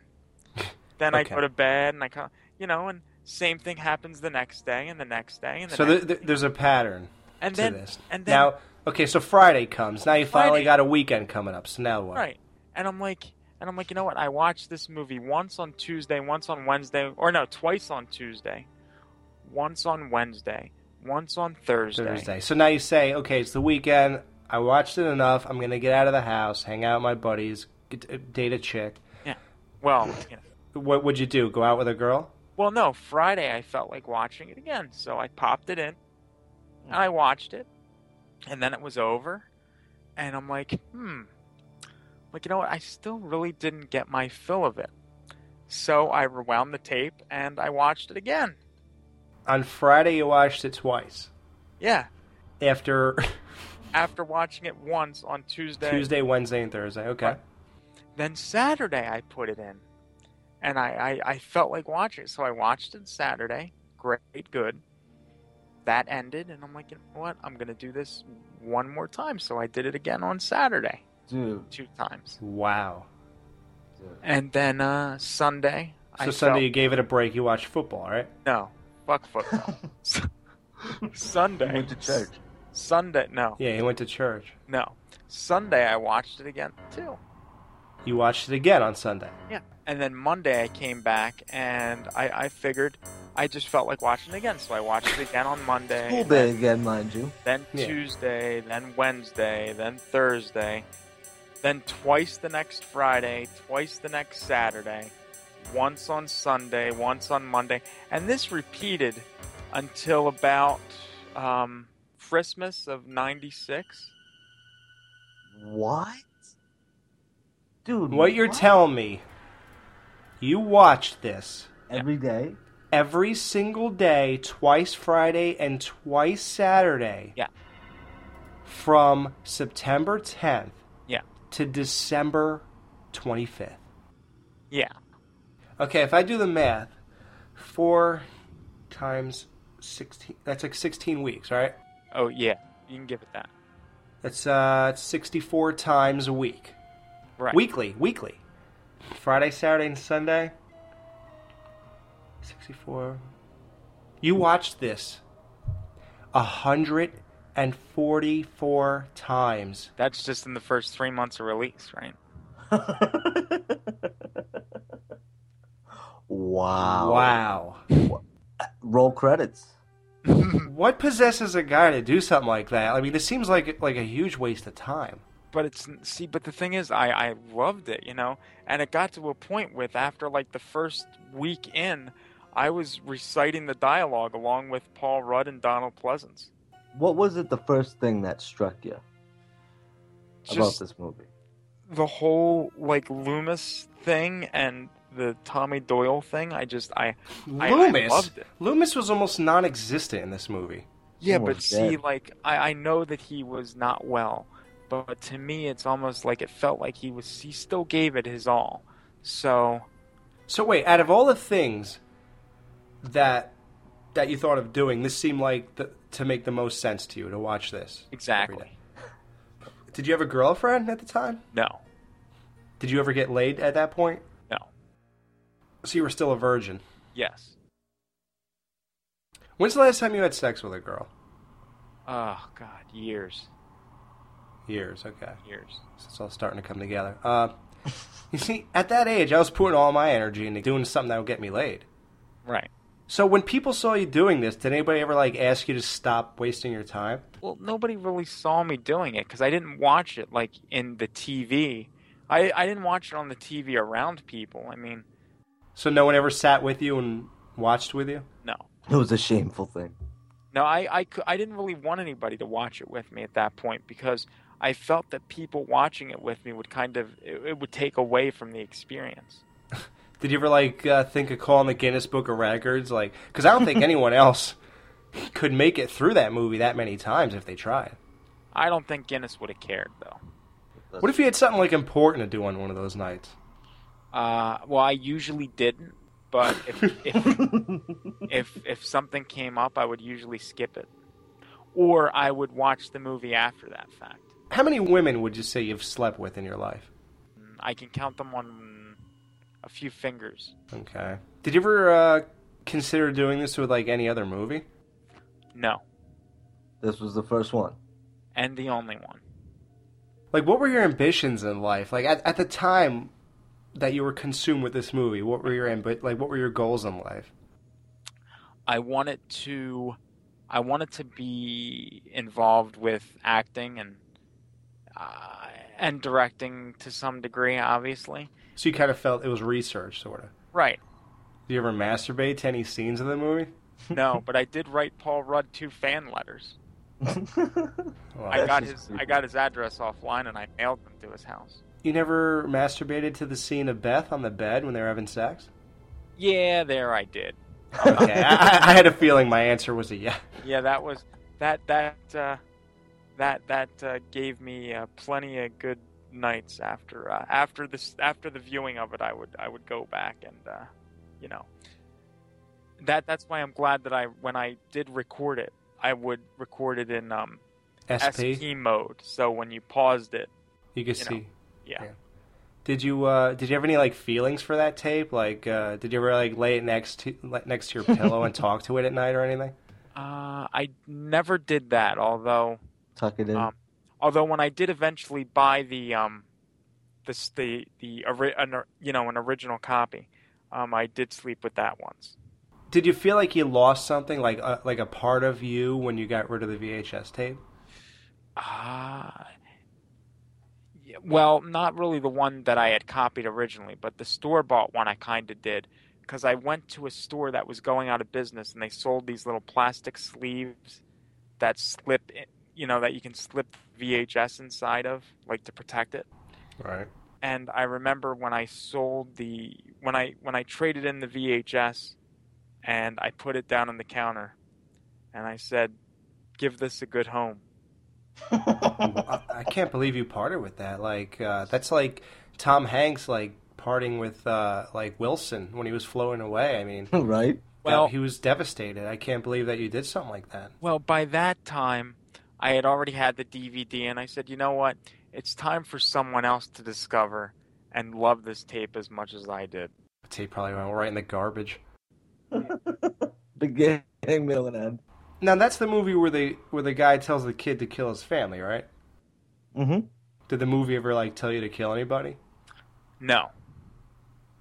Speaker 5: then i
Speaker 4: Okay.
Speaker 5: go to bed and i come you know and same thing happens the next day and the next day and the
Speaker 4: So th-
Speaker 5: next
Speaker 4: th- there's a pattern
Speaker 5: and
Speaker 4: to
Speaker 5: then
Speaker 4: this.
Speaker 5: and then
Speaker 4: now, okay, so Friday comes. Now you finally
Speaker 5: Friday.
Speaker 4: got a weekend coming up. So now what?
Speaker 5: Right. And I'm like, and I'm like, you know what? I watched this movie once on Tuesday, once on Wednesday, or no, twice on Tuesday, once on Wednesday, once on Thursday.
Speaker 4: Thursday. So now you say, okay, it's the weekend. I watched it enough. I'm gonna get out of the house, hang out with my buddies, get, uh, date a chick.
Speaker 5: Well, you know,
Speaker 4: What would you do? Go out with a girl?
Speaker 5: well, no, Friday I felt like watching it again, so I popped it in, and I watched it, and then it was over, and I'm like, hmm, like you know what? I still really didn't get my fill of it, so I rewound the tape and I watched it again.
Speaker 4: On Friday, you watched it twice.
Speaker 5: Yeah.
Speaker 4: After
Speaker 5: After watching it once on Tuesday,
Speaker 4: Tuesday, Wednesday, and Thursday. Okay.
Speaker 5: Right. Then Saturday I put it in, and I, I I felt like watching it, so I watched it Saturday. Great, good. That ended, and I'm like, you know what? I'm gonna do this one more time. So I did it again on Saturday,
Speaker 6: dude.
Speaker 5: two times,
Speaker 4: Wow.
Speaker 5: and then uh, Sunday.
Speaker 4: So
Speaker 5: I
Speaker 4: Sunday
Speaker 5: felt-
Speaker 4: you gave it a break. You watched football, right?
Speaker 5: no, fuck football. Sunday.
Speaker 6: Went to church.
Speaker 5: Sunday, no,
Speaker 4: Yeah, you went to church.
Speaker 5: no. Sunday I watched it again too.
Speaker 4: You watched it again on Sunday.
Speaker 5: Yeah. And then Monday I came back and I, I figured I just felt like watching it again. So I watched it again on Monday.
Speaker 6: School
Speaker 5: then-
Speaker 6: day again, mind you.
Speaker 5: Then
Speaker 4: Yeah.
Speaker 5: Tuesday, then Wednesday, then Thursday, then twice the next Friday, twice the next Saturday, once on Sunday, once on Monday. And this repeated until about um, Christmas of 96.
Speaker 6: What? Dude,
Speaker 4: What you're telling me, you watched this
Speaker 6: every day?
Speaker 4: every single day, twice Friday and twice Saturday.
Speaker 5: Yeah.
Speaker 4: From September 10th
Speaker 5: Yeah.
Speaker 4: to December 25th.
Speaker 5: Yeah.
Speaker 4: Okay, if I do the math, four times 16, that's like 16 weeks, right?
Speaker 5: Oh, yeah. You can give it that.
Speaker 4: That's uh, 64 times a week.
Speaker 5: Right.
Speaker 4: Weekly, weekly. Friday, Saturday, and Sunday. 64. You watched this 144 times.
Speaker 5: That's just in the first three months of release, right?
Speaker 6: wow.
Speaker 4: Wow.
Speaker 6: Roll credits.
Speaker 4: What possesses a guy to do something like that? I mean, this seems like like a huge waste of time.
Speaker 5: but it's see but the thing is i i loved it you know and it got to a point with after like the first week in i was reciting the dialogue along with paul rudd and donald pleasance
Speaker 6: What was it the first thing that struck you about
Speaker 5: just
Speaker 6: this movie?
Speaker 5: the whole like loomis thing and the tommy doyle thing i just i I- I
Speaker 4: Loomis,
Speaker 5: loved it.
Speaker 4: Loomis was almost non-existent in this movie.
Speaker 5: yeah
Speaker 6: Oh,
Speaker 5: but see
Speaker 6: shit.
Speaker 5: like i i know that he was not well but to me it's almost like it felt like he was he still gave it his all so
Speaker 4: So wait, out of all the things that that you thought of doing, this seemed like the, to make the most sense to you to watch this.
Speaker 5: exactly
Speaker 4: Did you have a girlfriend at the time?
Speaker 5: no
Speaker 4: Did you ever get laid at that point?
Speaker 5: no
Speaker 4: So you were still a virgin.
Speaker 5: yes
Speaker 4: When's the last time you had sex with a girl?
Speaker 5: Oh God, years,
Speaker 4: Years, okay.
Speaker 5: years.
Speaker 4: So it's all starting to come together. Uh, you see, at that age, I was putting all my energy into doing something that would get me laid.
Speaker 5: Right.
Speaker 4: So when people saw you doing this, did anybody ever like ask you to stop wasting your time?
Speaker 5: Well, nobody really saw me doing it because I didn't watch it like in the TV. I I didn't watch it on the TV around people. I mean,
Speaker 4: So no one ever sat with you and watched with you?
Speaker 5: no,
Speaker 6: It was a shameful thing.
Speaker 5: no. I I cou- I didn't really want anybody to watch it with me at that point because I felt that people watching it with me would kind of it, it would take away from the experience.
Speaker 4: Did you ever like uh, think of calling the Guinness Book of Records? Like, because I don't think anyone else could make it through that movie that many times if they tried.
Speaker 5: I don't think Guinness would have cared though.
Speaker 4: What if you had something like important to do on one of those nights?
Speaker 5: Uh, well, I usually didn't, but if if, if if something came up, I would usually skip it, or I would watch the movie after that fact.
Speaker 4: How many women would you say you've slept with in your life?
Speaker 5: I can count them on a few fingers.
Speaker 4: Okay. Did you ever uh, consider doing this with like any other movie?
Speaker 5: No,
Speaker 6: This was the first one.
Speaker 5: and the only one.
Speaker 4: Like, what were your ambitions in life? Like at, at the time that you were consumed with this movie, what were your ambi- like? What were your goals in life?
Speaker 5: I wanted to I wanted to be involved with acting and uh, and directing to some degree, obviously.
Speaker 4: So you kind of felt it was research, sort of.
Speaker 5: Right.
Speaker 4: Do you ever masturbate to any scenes of the movie?
Speaker 5: No, but I did write Paul Rudd two fan letters.
Speaker 4: Well,
Speaker 5: I got
Speaker 6: just
Speaker 5: his
Speaker 6: creepy.
Speaker 5: I got his address offline and I mailed them to his house.
Speaker 4: You never masturbated to the scene of Beth on the bed when they were having sex?
Speaker 5: Yeah, there I did.
Speaker 4: Okay, I, I- I had a feeling my answer was a yes.
Speaker 5: Yeah, that was that that uh, that that uh, gave me uh, plenty of good nights after uh, after this after the viewing of it. I would I would go back and uh, you know that that's why I'm glad that I when I did record it, I would record it in um,
Speaker 4: SP.
Speaker 5: SP mode. So when you paused it,
Speaker 4: You could
Speaker 5: you know.
Speaker 4: see.
Speaker 5: yeah,
Speaker 4: Yeah. Did you uh, did you have any like feelings for that tape? Like, uh, did you ever like lay it next to like, next to your pillow and talk to it at night or anything?
Speaker 5: Uh, I never did that. Although
Speaker 6: Tuck it in.
Speaker 5: Um, although when I did eventually buy the um this the the ori- an, you know an original copy, um I did sleep with that once.
Speaker 4: Did you feel like you lost something, like uh, like a part of you when you got rid of the VHS tape?
Speaker 5: Ah. yeah, well, not really the one that I had copied originally, but the store bought one I kind of did because I went to a store that was going out of business and they sold these little plastic sleeves that slip in, you know that you can slip VHS inside of like to protect it.
Speaker 4: Right.
Speaker 5: and I remember when I sold the when I when I traded in the VHS and I put it down on the counter and I said give this a good home.
Speaker 4: I, I can't believe you parted with that. Like, uh, that's like Tom Hanks like parting with uh, like Wilson when he was floating away. I mean,
Speaker 6: right?
Speaker 5: Well-
Speaker 4: well, he was devastated. I can't believe that you did something like that.
Speaker 5: Well, by that time I had already had the DVD and I said, "You know what? It's time for someone else to discover and love this tape as much as I did."
Speaker 4: The tape probably went right in the garbage.
Speaker 6: Beginning, middle, and end.
Speaker 4: Now that's the movie where they where the guy tells the kid to kill his family, right?
Speaker 6: Mm-hmm.
Speaker 4: Did the movie ever like tell you to kill anybody?
Speaker 5: No.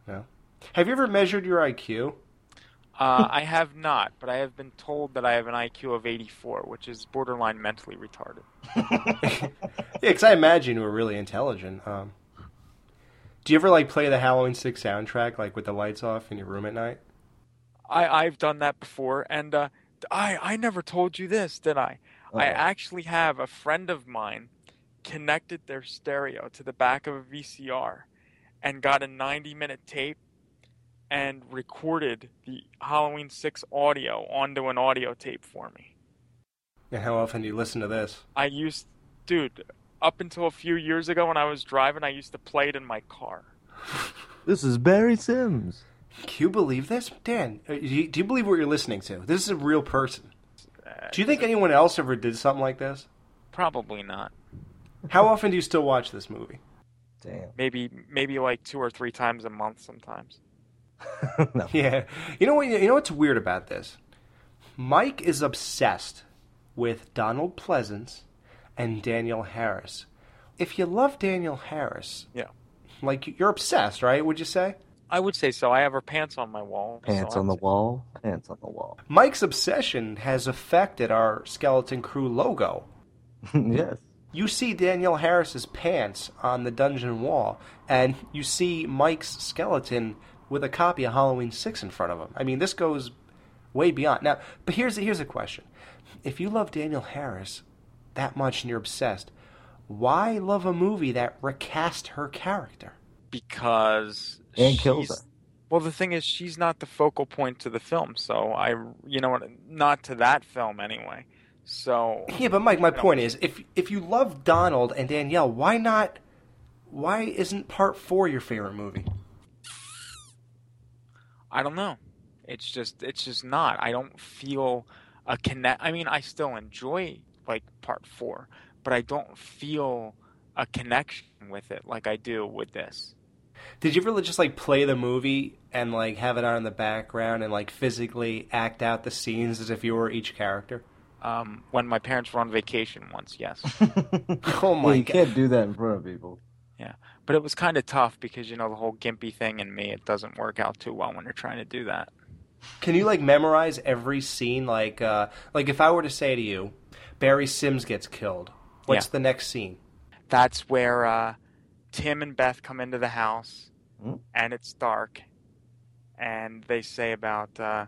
Speaker 4: No. Have you ever measured your IQ?
Speaker 5: Uh, I have not, but I have been told that I have an IQ of 84, which is borderline mentally retarded.
Speaker 4: yeah, because I imagine you were really intelligent. Um, do you ever like play the Halloween Six soundtrack like with the lights off in your room at night?
Speaker 5: I I've done that before, and uh, I I never told you this, did I? I
Speaker 6: Uh-oh.
Speaker 5: actually have a friend of mine connected their stereo to the back of a VCR, and got a 90 minute tape, and recorded the Halloween Six audio onto an audio tape for me.
Speaker 4: And how often do you listen to this?
Speaker 5: I used, dude, up until a few years ago when I was driving, I used to play it in my car.
Speaker 6: This is Barry Sims.
Speaker 4: Can you believe this, Dan? uh, Do you, do you believe what you're listening to? This is a real person. Do you think anyone else ever did something like this?
Speaker 5: Probably not.
Speaker 4: How often do you still watch this movie?
Speaker 6: Damn.
Speaker 5: Maybe maybe like two or three times a month sometimes.
Speaker 6: no.
Speaker 4: Yeah. You know what? You know what's weird about this? Mike is obsessed with Donald Pleasance and Daniel Harris. If you love Daniel Harris,
Speaker 5: Yeah.
Speaker 4: like you're obsessed, right? Would you say?
Speaker 5: I would say so. I have her pants on my wall. so
Speaker 6: Pants
Speaker 5: I'd
Speaker 6: on the
Speaker 5: say-
Speaker 6: wall. Pants on the wall.
Speaker 4: Mike's obsession has affected our Skeleton Crew logo.
Speaker 6: yes.
Speaker 4: You see Daniel Harris's pants on the dungeon wall, and you see Mike's skeleton with a copy of Halloween Six in front of him. I mean, this goes way beyond. Now, but here's here's a question: If you love Daniel Harris that much and you're obsessed, why love a movie that recast her character?
Speaker 5: Because
Speaker 6: And kills
Speaker 5: she's-
Speaker 6: her.
Speaker 5: Well, the thing is, she's not the focal point to the film, so I, you know, what, not to that film anyway. So
Speaker 4: Yeah, but Mike, my point is, if if you love Donald and Danielle, why not? Why isn't Part Four your favorite movie?
Speaker 5: I don't know. It's just it's just not. I don't feel a connect. I mean, I still enjoy like part four, but I don't feel a connection with it like I do with this.
Speaker 4: Did you ever just like play the movie and like have it on in the background and like physically act out the scenes as if you were each character?
Speaker 5: Um, when my parents were on vacation once, yes,
Speaker 4: Oh
Speaker 6: Well,
Speaker 4: my
Speaker 6: you
Speaker 4: god.
Speaker 6: can't do that in front of people.
Speaker 5: but it was kind of tough because you know the whole gimpy thing in me. It doesn't work out too well when you're trying to do that.
Speaker 4: Can you like memorize every scene? Like, uh, like if I were to say to you, Barry Sims gets killed. What's
Speaker 5: Yeah.
Speaker 4: the next scene?
Speaker 5: that's where uh, Tim and Beth come into the house,
Speaker 4: Mm-hmm.
Speaker 6: Hmm.
Speaker 5: and it's dark, and they say about, uh,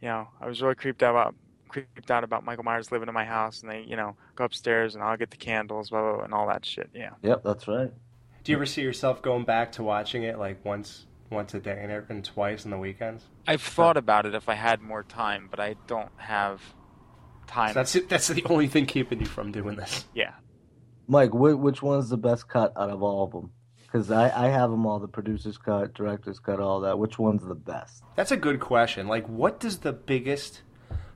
Speaker 5: you know, I was really creeped out about creeped out about Michael Myers living in my house, and they, you know, go upstairs and I'll get the candles, blah blah, blah and all that shit. Yeah,
Speaker 6: Yep, that's right.
Speaker 4: Do you ever see yourself going back to watching it like once, once a day and, ev- and twice on the weekends?
Speaker 5: I've thought about it if I had more time, but I don't have time.
Speaker 4: So that's it. That's the only thing keeping you from doing this.
Speaker 5: yeah,
Speaker 6: Mike, wh- which one's the best cut out of all of them? Because I, I have them all the producer's cut, director's cut, all that. Which one's the best?
Speaker 4: That's a good question. Like, what does the biggest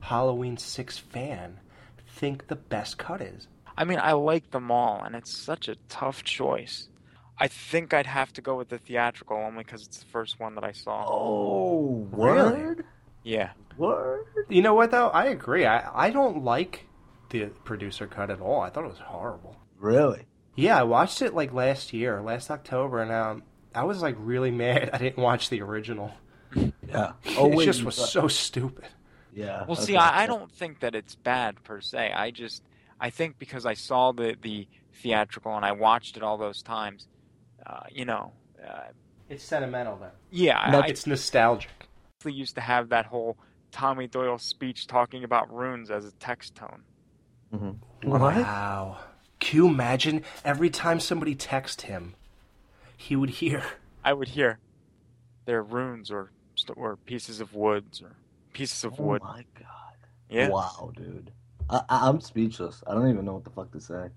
Speaker 4: Halloween Six fan think the best cut is?
Speaker 5: I mean, I like them all, and it's such a tough choice. I think I'd have to go with the theatrical only because it's the first one that I saw.
Speaker 6: Oh,
Speaker 4: Really?
Speaker 6: word?
Speaker 5: Yeah.
Speaker 6: Word?
Speaker 4: You know what though? I agree. I I don't like the producer cut at all. I thought it was horrible.
Speaker 6: Really?
Speaker 4: Yeah, I watched it like last year, last October, and um, I was like really mad I didn't watch the original.
Speaker 6: Yeah.
Speaker 4: it
Speaker 6: Oh, wait,
Speaker 4: just
Speaker 6: you
Speaker 4: was
Speaker 6: thought-
Speaker 4: so stupid.
Speaker 6: Yeah.
Speaker 5: Well, see,
Speaker 6: okay.
Speaker 5: I, I don't think that it's bad per se. I just, I think because I saw the the theatrical and I watched it all those times, uh, you know, uh,
Speaker 4: It's sentimental though.
Speaker 5: yeah, I,
Speaker 4: Like,
Speaker 5: I
Speaker 4: it's nostalgic.
Speaker 5: actually used to have that whole Tommy Doyle speech talking about runes as a text tone.
Speaker 6: What?
Speaker 4: Wow. Can you imagine every time somebody texted him, he would hear.
Speaker 5: I would hear, "They're runes or st- or pieces of woods or pieces of
Speaker 6: Oh
Speaker 5: wood."
Speaker 6: my god.
Speaker 5: Yeah,
Speaker 6: Wow, dude. I, I, I'm speechless. I don't even know what the fuck to say.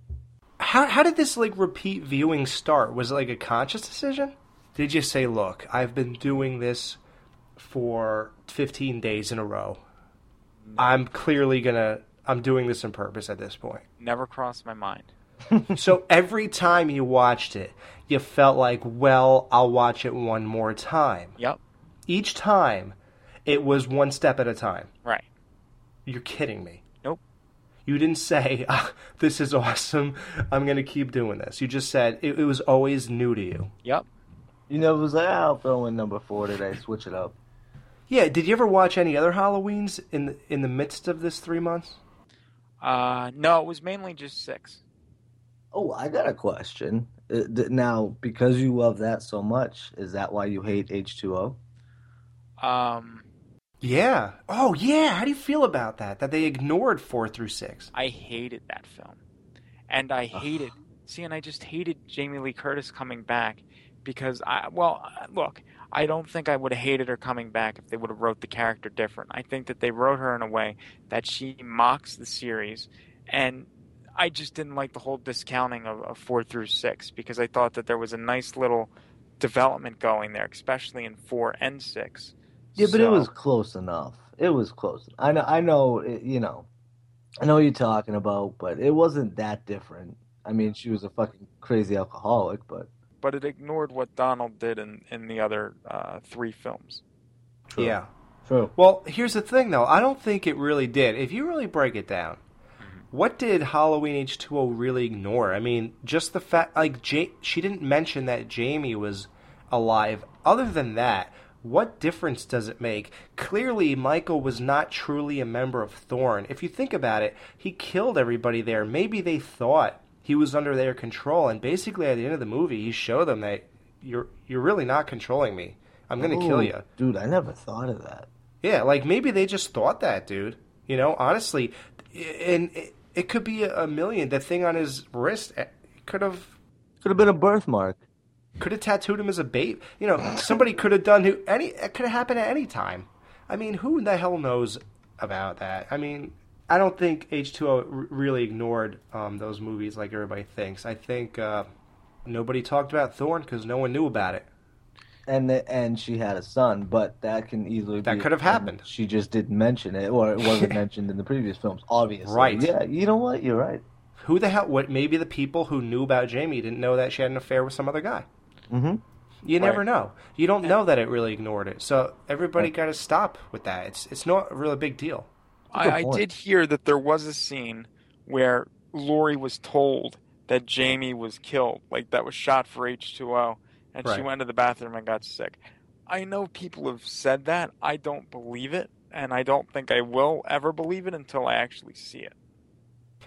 Speaker 4: How how did this like repeat viewing start? Was it like a conscious decision? Did you say, "Look, I've been doing this for 15 days in a row. I'm clearly going to I'm doing this on purpose at this point."
Speaker 5: never crossed my mind.
Speaker 4: So every time you watched it, you felt like, well, I'll watch it one more time.
Speaker 5: Yep,
Speaker 4: Each time, it was one step at a time.
Speaker 5: right.
Speaker 4: You're kidding me.
Speaker 5: Nope.
Speaker 4: You didn't say, "Ah, this is awesome. I'm going to keep doing this. You just said it, it was always new to you.
Speaker 5: Yep.
Speaker 6: You never was like, "Ah, I'll throw in number four today, switch it up.
Speaker 4: Yeah. Did you ever watch any other Halloweens in the, in the midst of this three months?
Speaker 5: Uh, no, it was mainly just six.
Speaker 6: Oh, I got a question. Uh, d- Now, because you love that so much, is that why you hate H2O?
Speaker 5: Um.
Speaker 4: Yeah. Oh, yeah. How do you feel about that? That they ignored four through six.
Speaker 5: I hated that film. And I
Speaker 6: Ugh.
Speaker 5: hated, see, and I just hated Jamie Lee Curtis coming back because I, well, uh, look, I don't think I would have hated her coming back if they would have wrote the character different. I think that they wrote her in a way that she mocks the series. And I just didn't like the whole discounting of, of four through six because I thought that there was a nice little development going there, especially in four and six.
Speaker 6: Yeah, but it
Speaker 5: So-
Speaker 6: was close enough. It was close. I know. I know. It, you know. I know what you're talking about, but it wasn't that different. I mean, she was a fucking crazy alcoholic, but
Speaker 5: but it ignored what Donald did in, in the other uh, three films.
Speaker 6: True.
Speaker 4: Yeah.
Speaker 6: true.
Speaker 4: Well, here's the thing, though. I don't think it really did. If you really break it down, what did Halloween H2O really ignore? I mean, just the fact, like, ja- she didn't mention that Jamie was alive. Other than that, what difference does it make? Clearly, Michael was not truly a member of Thorn. If you think about it, he killed everybody there. Maybe they thought he was under their control, and basically, at the end of the movie, he showed them that you're you're really not controlling me. I'm going to kill
Speaker 6: Ooh,
Speaker 4: you.
Speaker 6: dude. I never thought of that.
Speaker 4: Yeah, like maybe they just thought that, dude. You know, honestly, and it, it could be a million. That thing on his wrist eh, could have
Speaker 6: Could have been a birthmark.
Speaker 4: could have tattooed him as a babe. You know, somebody could have done who any it could have happened at any time. I mean, who in the hell knows about that? I mean, I don't think H two O really ignored um, those movies like everybody thinks. I think uh, nobody talked about Thorn because no one knew about it.
Speaker 6: and the, and she had a son, but that can easily
Speaker 4: That
Speaker 6: be-
Speaker 4: could have happened.
Speaker 6: She just didn't mention it, or it wasn't mentioned in the previous films. Obviously,
Speaker 4: Right.
Speaker 6: Yeah, you know what? You're right.
Speaker 4: Who the hell? What? Maybe the people who knew about Jamie didn't know that she had an affair with some other guy.
Speaker 6: Mm-hmm.
Speaker 4: You never know. You don't know that it really ignored it. So everybody got to stop with that. It's it's not a real big deal.
Speaker 6: Good
Speaker 5: I, I
Speaker 6: point.
Speaker 5: did hear that there was a scene where Lori was told that Jamie was killed, like that was shot for H2O, and she
Speaker 4: Right.
Speaker 5: went to the bathroom and got sick. I know people have said that. I don't believe it, and I don't think I will ever believe it until I actually see it.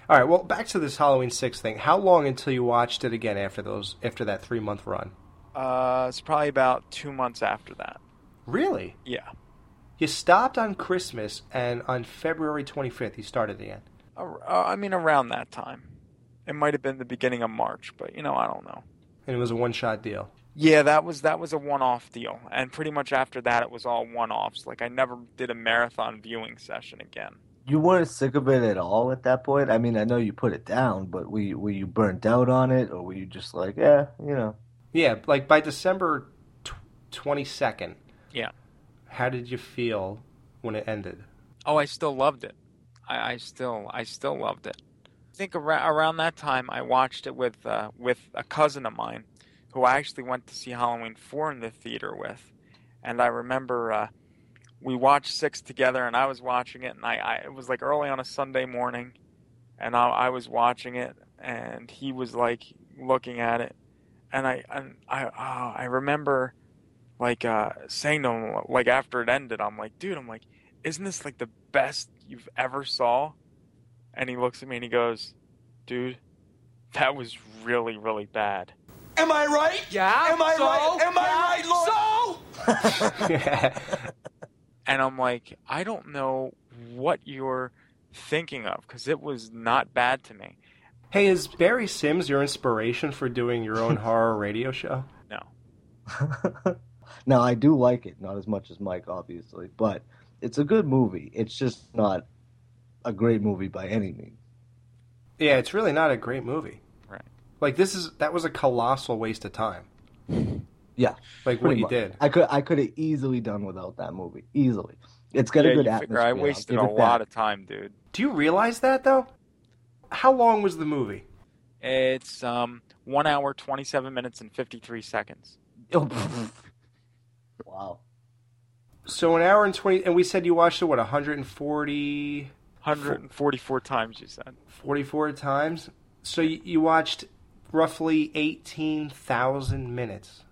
Speaker 4: All right. Well, back to this Halloween six thing. How long until you watched it again after those after that three month run?
Speaker 5: Uh, it's probably about two months after that.
Speaker 4: Really?
Speaker 5: Yeah,
Speaker 4: You stopped on Christmas and on February twenty fifth you started again.
Speaker 5: Ar- uh, I mean around that time. It might have been the beginning of March, but you know I don't know.
Speaker 4: And it was a one shot deal.
Speaker 5: Yeah, that was that was a one-off deal, and pretty much after that, it was all one-offs. Like I never did a marathon viewing session again.
Speaker 6: You weren't sick of it at all at that point. I mean, I know you put it down, but were you, were you burnt out on it, or were you just like, yeah, you know?
Speaker 4: Yeah, like by December twenty second.
Speaker 5: Yeah.
Speaker 4: How did you feel when it ended?
Speaker 5: Oh, I still loved it. I, I still I still loved it. I think around, around that time, I watched it with uh, with a cousin of mine, who I actually went to see Halloween four in the theater with, and I remember uh, we watched six together, and I was watching it, and I, I it was like early on a Sunday morning, and I, I was watching it, and he was like looking at it, and I and I oh, I remember like uh, saying to him like after it ended, I'm like, dude, I'm like, isn't this like the best you've ever saw? And he looks at me and he goes, dude, that was really really bad.
Speaker 10: Am I right? Yeah. Am I right? Am I right, Lord? So?
Speaker 5: And I'm like, I don't know what you're thinking of because it was not bad to me.
Speaker 4: hey, is Barry Sims your inspiration for doing your own horror radio show?
Speaker 5: No.
Speaker 6: now I do like it, not as much as Mike, obviously, but it's a good movie. It's just not a great movie by any means.
Speaker 4: Yeah, it's really not a great movie.
Speaker 5: Right.
Speaker 4: Like this is that was a colossal waste of time.
Speaker 6: Yeah,
Speaker 4: Like what
Speaker 6: pretty
Speaker 4: you
Speaker 6: much.
Speaker 4: did.
Speaker 6: I could I could have easily done without that movie. Easily, it's got a
Speaker 5: Yeah,
Speaker 6: good
Speaker 5: you
Speaker 6: atmosphere.
Speaker 5: figure I
Speaker 6: I'll
Speaker 5: wasted
Speaker 6: give
Speaker 5: a
Speaker 6: it that.
Speaker 5: lot of time, dude.
Speaker 4: Do you realize that though? How long was the movie?
Speaker 5: It's um one hour twenty seven minutes and fifty three seconds.
Speaker 6: Oh, pfft. wow.
Speaker 4: So an hour and twenty, and we said you watched it what 140,
Speaker 5: Hundred and forty four times you said.
Speaker 4: 44 times. So you, you watched roughly eighteen thousand minutes.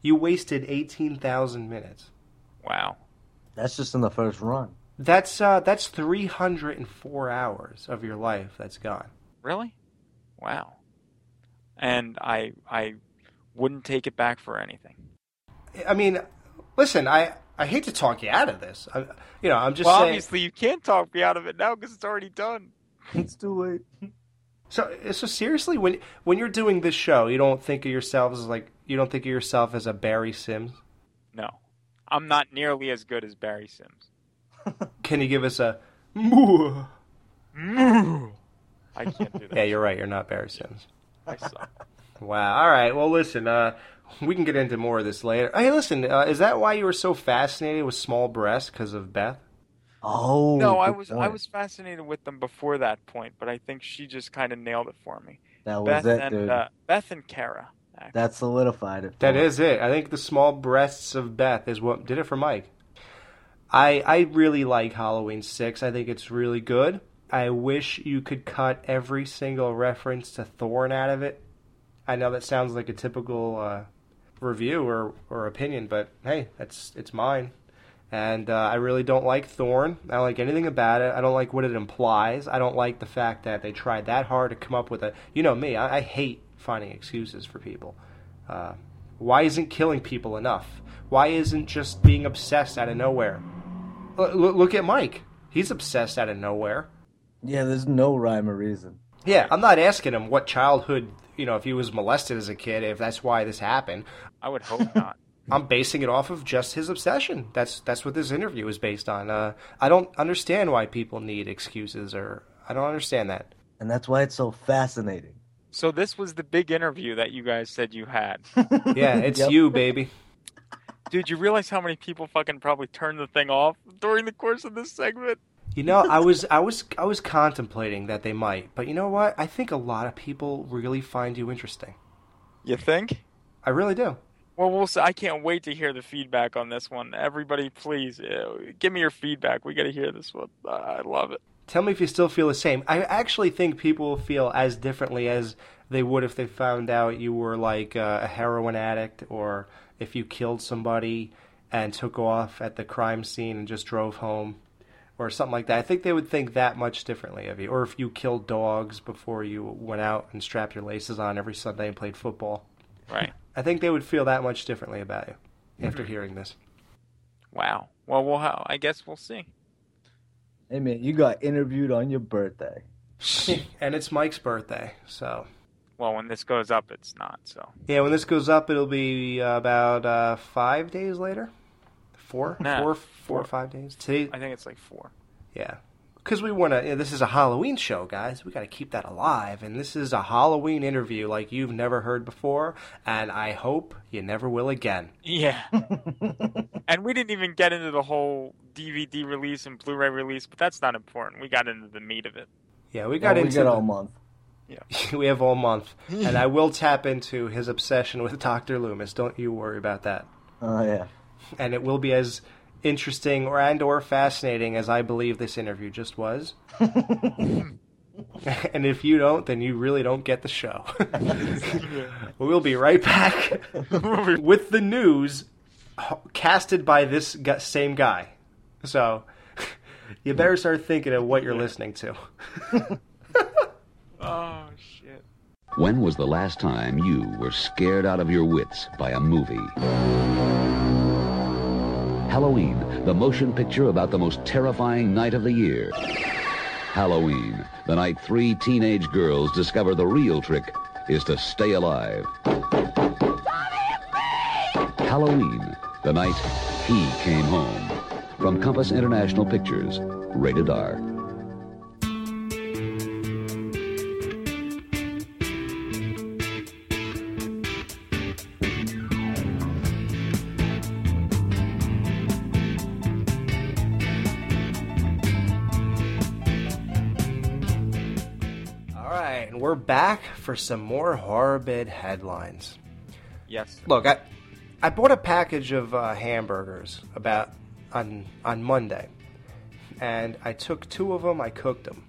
Speaker 4: You wasted eighteen thousand minutes.
Speaker 5: Wow.
Speaker 6: That's just in the first run.
Speaker 4: That's uh, that's three hundred and four hours of your life that's gone.
Speaker 5: Really? Wow. And I I wouldn't take it back for anything.
Speaker 4: I mean, listen, I I hate to talk you out of this. I, you know, I'm just
Speaker 5: well,
Speaker 4: saying.
Speaker 5: obviously you can't talk me out of it now because it's already done.
Speaker 6: It's too late.
Speaker 4: So, so seriously, when when you're doing this show, you don't think of yourself as like you don't think of yourself as a Barry Sims.
Speaker 5: No, I'm not nearly as good as Barry Sims.
Speaker 4: Can you give us a? "Moo"?
Speaker 5: I can't do
Speaker 4: Yeah,
Speaker 5: that.
Speaker 4: you're right. You're not Barry Sims.
Speaker 5: I suck.
Speaker 4: Wow. All right. Well, listen. Uh, we can get into more of this later. Hey, listen. Uh, is that why you were so fascinated with small breasts because of Beth?
Speaker 6: Oh
Speaker 5: No, I
Speaker 6: good
Speaker 5: was I
Speaker 6: point.
Speaker 5: was fascinated with them before that point, but I think she just kind of nailed it for me.
Speaker 6: Oh, That was
Speaker 5: Beth
Speaker 6: it,
Speaker 5: and
Speaker 6: dude.
Speaker 5: Uh, Beth and Kara. actually.
Speaker 6: that solidified it.
Speaker 4: That
Speaker 6: for me.
Speaker 4: is it. I think the small breasts of Beth is what did it for Mike. I I really like Halloween 6. I think it's really good. I wish you could cut every single reference to Thorn out of it. I know that sounds like a typical uh, review or, or opinion, but hey, that's it's mine. And uh, I really don't like Thorn. I don't like anything about it. I don't like what it implies. I don't like the fact that they tried that hard to come up with a. You know me. I, I hate finding excuses for people. Uh, why isn't killing people enough? Why isn't just being obsessed out of nowhere? L- l- look at Mike. He's obsessed out of nowhere.
Speaker 6: Yeah, there's no rhyme or reason.
Speaker 4: Yeah, I'm not asking him what childhood, you know, if he was molested as a kid, if that's why this happened.
Speaker 5: I would hope not.
Speaker 4: I'm basing it off of just his obsession. That's that's what this interview is based on. Uh, I don't understand why people need excuses, or I don't understand that.
Speaker 6: And that's why it's so fascinating.
Speaker 5: So this was the big interview that you guys said you had.
Speaker 4: Yeah, it's
Speaker 6: Yep.
Speaker 4: you, baby.
Speaker 5: Dude, you realize how many people fucking probably turned the thing off during the course of this segment?
Speaker 4: You know, I was I was I was contemplating that they might, but you know what? I think a lot of people really find you interesting.
Speaker 5: You think?
Speaker 4: I really do.
Speaker 5: Well, we'll see. I can't wait to hear the feedback on this one. Everybody, please uh, give me your feedback. We got to hear this one. Uh, I love it.
Speaker 4: Tell me if you still feel the same. I actually think people will feel as differently as they would if they found out you were like uh, a heroin addict or if you killed somebody and took off at the crime scene and just drove home or something like that. I think they would think that much differently of you. Or if you killed dogs before you went out and strapped your laces on every Sunday and played football.
Speaker 5: Right.
Speaker 4: I think they would feel that much differently about you after hearing this.
Speaker 5: Wow. Well, we'll. How, I guess we'll see.
Speaker 6: Hey man, you got interviewed on your birthday.
Speaker 4: and it's Mike's birthday, so.
Speaker 5: Well, when this goes up, it's not. So
Speaker 4: Yeah, when this goes up, it'll be about uh, five days later. Four, four, four
Speaker 5: Nah,
Speaker 4: four,
Speaker 5: four.
Speaker 4: or five days. Today,
Speaker 5: I think it's like four.
Speaker 4: yeah, because we want to. Yeah, this is a Halloween show, guys. We got to keep that alive, and this is a Halloween interview like you've never heard before, and I hope you never will again.
Speaker 5: Yeah. and we didn't even get into the whole DVD release and Blu-ray release, but that's not important. We got into the meat of it.
Speaker 4: Yeah, we
Speaker 6: Yeah,
Speaker 4: got
Speaker 6: Oh, we
Speaker 4: into.
Speaker 6: get all month.
Speaker 4: we have all month, and I will tap into his obsession with Doctor Loomis. Don't you worry about that.
Speaker 6: Oh yeah.
Speaker 4: and it will be as interesting or and or fascinating as I believe this interview just was. and if you don't, then you really don't get the show. we'll be right back with the news h- casted by this gu- same guy. So you better start thinking of what you're listening to.
Speaker 5: Oh shit.
Speaker 11: When was the last time you were scared out of your wits by a movie? Halloween, the motion picture about the most terrifying night of the year. Halloween, the night three teenage girls discover the real trick is to stay alive. Halloween, the night he came home. From Compass International Pictures, rated R.
Speaker 4: All right, and we're back for some more horror bid headlines.
Speaker 5: Yes.
Speaker 4: Look, I I bought a package of uh, hamburgers about on on Monday, and I took two of them. I cooked them.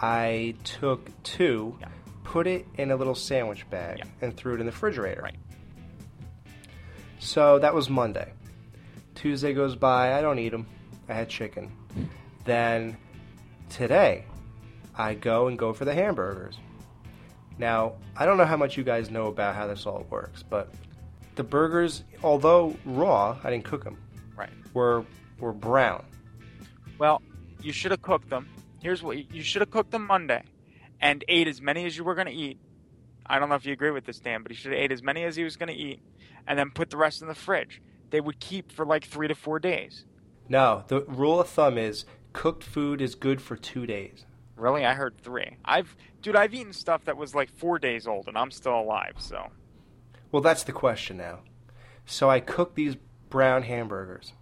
Speaker 4: I took two,
Speaker 5: Yeah.
Speaker 4: put it in a little sandwich bag,
Speaker 5: Yeah.
Speaker 4: and threw it in the refrigerator.
Speaker 5: Right.
Speaker 4: So that was Monday. Tuesday goes by. I don't eat them. I had chicken. Then today, I go and go for the hamburgers. Now, I don't know how much you guys know about how this all works, but the burgers, although raw, I didn't cook them,
Speaker 5: Right.
Speaker 4: were were brown.
Speaker 5: Well, you should have cooked them. Here's what you, you should have cooked them Monday, and ate as many as you were gonna eat. I don't know if you agree with this, Dan, but he should have ate as many as he was gonna eat, and then put the rest in the fridge. They would keep for like three to four days.
Speaker 4: No, the rule of thumb is cooked food is good for two days.
Speaker 5: Really, I heard three. I've, dude, I've eaten stuff that was like four days old, and I'm still alive. So
Speaker 4: Well, that's the question now. So I cooked these brown hamburgers.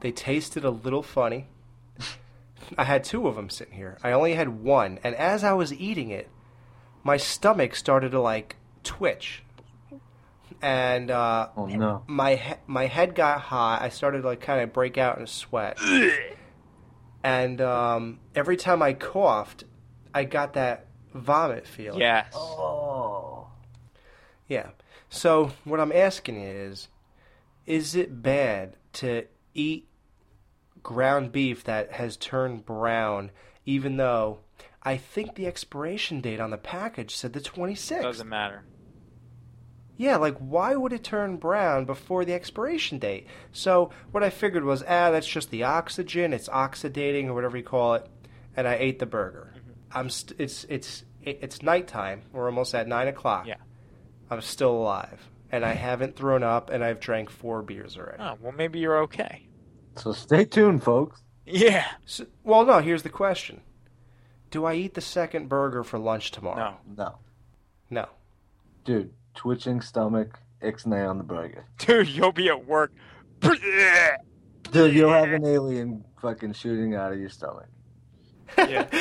Speaker 4: They tasted a little funny. I had two of them sitting here. I only had one, and as I was eating it, my stomach started to like twitch, and uh,
Speaker 6: Oh no.
Speaker 4: my he- my head got hot. I started to, like kind of break out in a sweat, and um, every time I coughed, I got that vomit feeling.
Speaker 5: yes,
Speaker 6: Oh.
Speaker 4: Yeah. So what I'm asking is, is it bad to eat ground beef that has turned brown, even though I think the expiration date on the package said the 26th?
Speaker 5: doesn't matter.
Speaker 4: Yeah, like why would it turn brown before the expiration date? So what I figured was, ah, that's just the oxygen. It's oxidating or whatever you call it. And I ate the burger.
Speaker 5: Mm-hmm.
Speaker 4: I'm st- it's it's it- it's nighttime. We're almost at nine o'clock.
Speaker 5: Yeah.
Speaker 4: I'm still alive, and I haven't thrown up, and I've drank four beers already.
Speaker 5: Oh, well, maybe you're okay.
Speaker 6: So stay tuned, folks.
Speaker 5: Yeah.
Speaker 4: So, well, no. Here's the question: Do I eat the second burger for lunch tomorrow?
Speaker 5: No.
Speaker 6: No,
Speaker 4: No.
Speaker 6: dude, twitching stomach. Ixnay on the burger.
Speaker 5: Dude, you'll be at work.
Speaker 6: Dude, you'll have an alien fucking shooting out of your stomach.
Speaker 5: Yeah.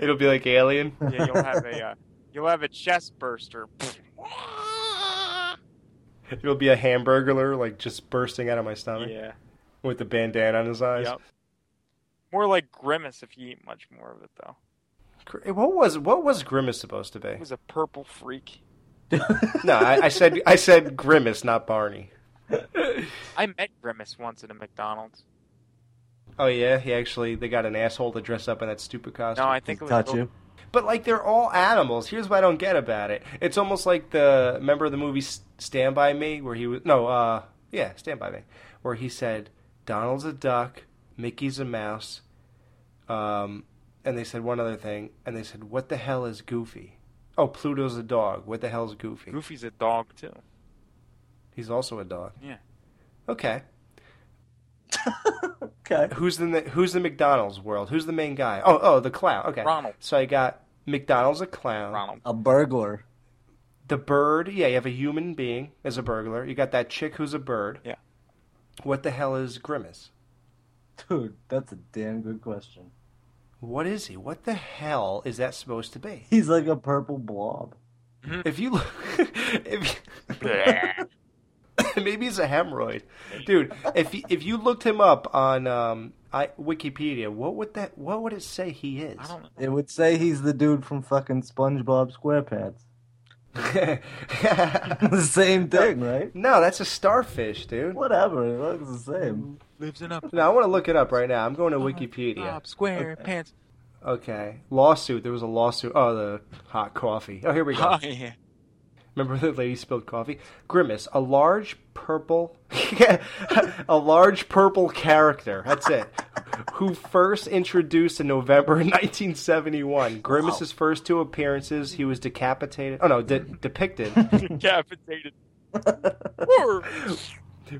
Speaker 4: It'll be like Alien.
Speaker 5: Yeah, you'll have a uh, you'll have a chest burster.
Speaker 4: It'll be a hamburger, like just bursting out of my stomach
Speaker 5: yeah,
Speaker 4: with the bandana on his eyes.
Speaker 5: yep. More like grimace if you eat much more of it though.
Speaker 4: Gr- eh, What was what was Grimace supposed to be?
Speaker 5: It was a purple freak.
Speaker 4: no, I, I said I said Grimace, not Barney.
Speaker 5: I met grimace once at a McDonald's.
Speaker 4: Oh yeah, he actually they got an asshole to dress up in that stupid costume.
Speaker 5: No, I think it was
Speaker 6: Touch you.
Speaker 4: But like they're all animals. Here's what I don't get about it. It's almost like the remember the movie S- Stand by Me where he was no, uh yeah, Stand by Me, where he said Donald's a duck, Mickey's a mouse, um, and they said one other thing, and they said what the hell is Goofy? Oh, Pluto's a dog. What the hell's Goofy?
Speaker 5: Goofy's a dog too.
Speaker 4: He's also a dog.
Speaker 5: Yeah.
Speaker 4: Okay.
Speaker 6: Okay.
Speaker 4: Who's the Who's the McDonald's world? Who's the main guy? Oh, oh, the clown. Okay.
Speaker 5: Ronald.
Speaker 4: So I got McDonald's a clown.
Speaker 5: Ronald.
Speaker 6: A burglar.
Speaker 4: The bird, yeah, you have a human being as a burglar. You got that chick who's a bird.
Speaker 5: Yeah.
Speaker 4: What the hell is Grimace?
Speaker 6: Dude, that's a damn good question.
Speaker 4: What is he? What the hell is that supposed to be?
Speaker 6: He's like a purple blob.
Speaker 5: Hmm.
Speaker 4: If you look, if you, maybe it's a hemorrhoid, dude. If you, if you looked him up on um, I, Wikipedia, what would that? What would it say he is?
Speaker 5: I don't know.
Speaker 6: It would say he's the dude from fucking SpongeBob SquarePants. the same thing, right?
Speaker 4: no, that's a starfish, dude.
Speaker 6: Whatever, it looks the same.
Speaker 5: Lives in up
Speaker 4: No, I want to look it up right now. I'm going to Wikipedia.
Speaker 5: square pants.
Speaker 4: Okay. Lawsuit. There was a lawsuit. Oh, the hot coffee. Oh, here we go.
Speaker 5: Oh yeah.
Speaker 4: Remember the lady spilled coffee? Grimace, a large purple, a large purple character. That's it. Who first introduced in November 1971? Grimace's first two appearances, he was decapitated. Oh no, de- depicted
Speaker 5: Decapitated.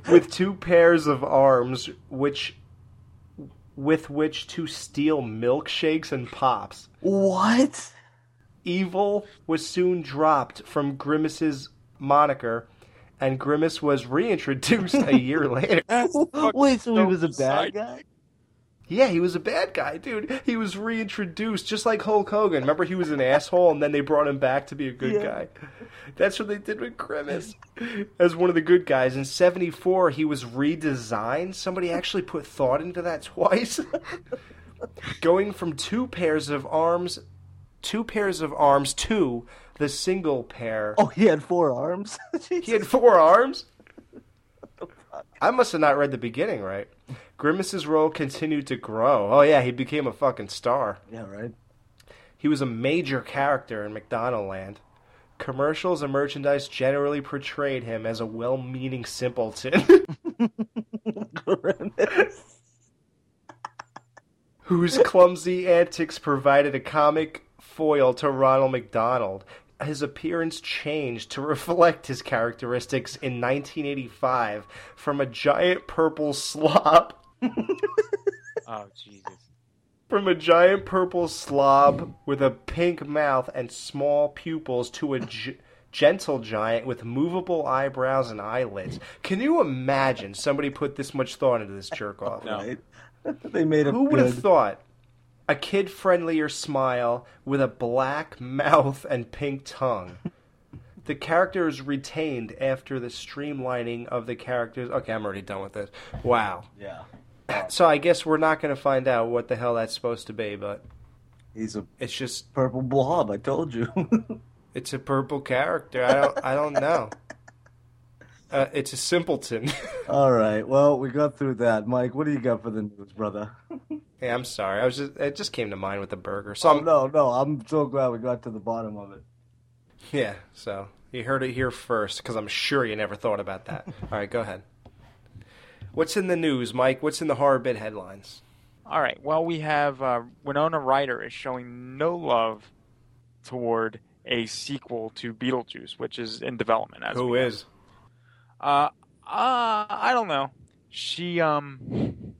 Speaker 4: with two pairs of arms, which with which to steal milkshakes and pops.
Speaker 6: What?
Speaker 4: Evil was soon dropped from Grimace's moniker, and Grimace was reintroduced a year later.
Speaker 6: Wait, so he was a bad
Speaker 5: side
Speaker 6: guy?
Speaker 4: Yeah, he was a bad guy, dude. He was reintroduced just like Hulk Hogan. Remember, he was an asshole, and then they brought him back to be a good
Speaker 6: Yeah.
Speaker 4: guy. That's what they did with Grimace as one of the good guys. In '74, he was redesigned. Somebody actually put thought into that twice. Going from two pairs of arms, two pairs of arms to the single pair.
Speaker 6: Oh, he had four arms?
Speaker 4: He had four arms? I must have not read the beginning right. Grimace's role continued to grow. Oh, yeah, he became a fucking star.
Speaker 6: Yeah, right?
Speaker 4: He was a major character in McDonaldland. Commercials and merchandise generally portrayed him as a well meaning simpleton
Speaker 6: Grimace.
Speaker 4: whose clumsy antics provided a comic foil to Ronald McDonald. His appearance changed to reflect his characteristics in 1985 from a giant purple slop
Speaker 5: Oh Jesus.
Speaker 4: From a giant purple slob with a pink mouth and small pupils to a g- gentle giant with movable eyebrows and eyelids. Can you imagine somebody put this much thought into this jerk off?
Speaker 6: Right? they made him
Speaker 4: Who would have
Speaker 6: good.
Speaker 4: thought? A kid friendlier smile with a black mouth and pink tongue. The character is retained after the streamlining of the characters. Okay, I'm already done with this. Wow.
Speaker 6: Yeah.
Speaker 4: So I guess we're not going to find out what the hell that's supposed to be, but
Speaker 6: He's a
Speaker 4: it's just
Speaker 6: purple blob, I told you.
Speaker 4: It's a purple character. I don't. I don't know. Uh, it's a simpleton.
Speaker 6: All right, well, we got through that. Mike, what do you got for the news, brother?
Speaker 4: hey, I'm sorry. I was just. It just came to mind with the burger. So I'm,
Speaker 6: Oh, No, no, I'm so glad we got to the bottom of it.
Speaker 4: yeah. So you heard it here first, because I'm sure you never thought about that. All right, go ahead. What's in the news, Mike? What's in the horror bit headlines?
Speaker 5: All right. Well, we have uh, Winona Ryder is showing no love toward a sequel to Beetlejuice, which is in development as we
Speaker 4: Who
Speaker 5: know.
Speaker 4: is?
Speaker 5: Uh, uh, I don't know. She um,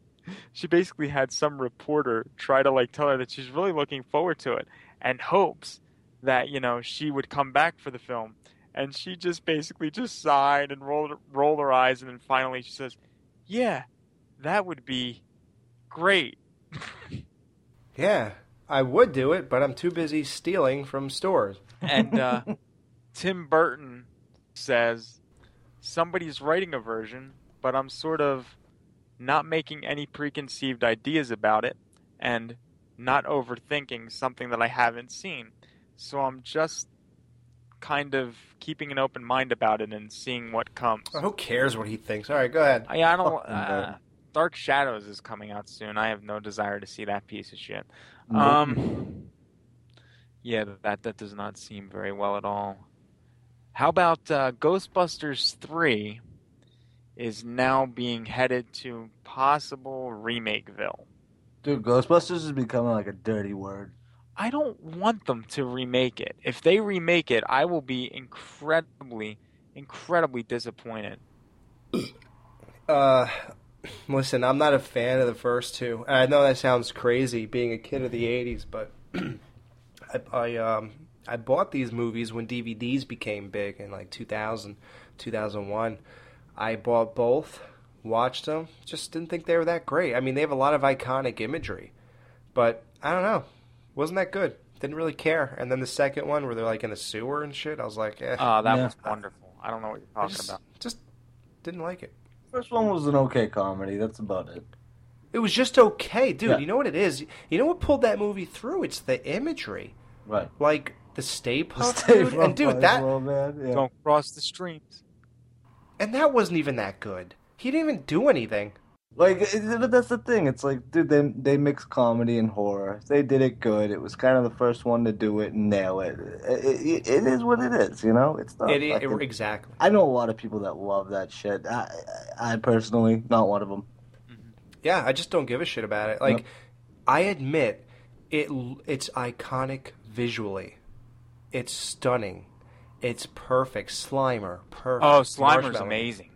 Speaker 5: she basically had some reporter try to like tell her that she's really looking forward to it and hopes that you know she would come back for the film. and she just basically just sighed and rolled rolled her eyes, and then finally she says, "Yeah, that would be great."
Speaker 4: Yeah, I would do it, but I'm too busy stealing from stores.
Speaker 5: And uh, Tim Burton says, Somebody's writing a version, but I'm sort of not making any preconceived ideas about it and not overthinking something that I haven't seen. So I'm just kind of keeping an open mind about it and seeing what comes.
Speaker 4: Who cares what he thinks? All right, go ahead.
Speaker 5: I, I don't.
Speaker 4: Oh, Fucking
Speaker 5: Uh, Dark Shadows is coming out soon. I have no desire to see that piece of shit.
Speaker 6: Nope.
Speaker 5: Um, yeah, that that does not seem very well at all. How about uh, Ghostbusters three? Is now being headed to possible remakeville.
Speaker 6: Dude, Ghostbusters is becoming like a dirty word.
Speaker 5: I don't want them to remake it. If they remake it, I will be incredibly, incredibly disappointed.
Speaker 4: Uh, listen, I'm not a fan of the first two. And I know that sounds crazy, being a kid of the '80s, but I, I um I bought these movies when DVDs became big in like 2000, 2001. I bought both, watched them, just didn't think they were that great. I mean, they have a lot of iconic imagery, but I don't know, wasn't that good. Didn't really care. And then the second one, where they're like in a sewer and shit, I was like, eh,
Speaker 5: Oh, that
Speaker 6: Yeah.
Speaker 5: was wonderful. I don't know what you're
Speaker 4: I
Speaker 5: talking
Speaker 4: just,
Speaker 5: about.
Speaker 4: just didn't like it.
Speaker 6: First one was an okay comedy. That's about it.
Speaker 4: It was just okay, dude.
Speaker 6: Yeah.
Speaker 4: You know what it is? You know what pulled that movie through? It's the imagery,
Speaker 6: Right.
Speaker 4: like the Stay Puft, Oh, dude. and dude, that
Speaker 6: Well, man. Yeah.
Speaker 5: Don't cross the streams.
Speaker 4: and that wasn't even that good. He didn't even do anything.
Speaker 6: Like, it- but that's the thing. It's like, dude, they they mix comedy and horror. They did it good. It was kind of the first one to do it and nail it. It, it, it is what it is, you know. It's not.
Speaker 4: It, it,
Speaker 6: fucking-
Speaker 4: exactly.
Speaker 6: I know a lot of people that love that shit. I, I I personally, not one of them.
Speaker 4: Yeah, I just don't give a shit about it. Like,
Speaker 6: No.
Speaker 4: I admit it. l- It's iconic visually. It's stunning. It's perfect. Slimer, perfect.
Speaker 5: Oh, Slimer's
Speaker 4: Marshmallow.
Speaker 5: amazing.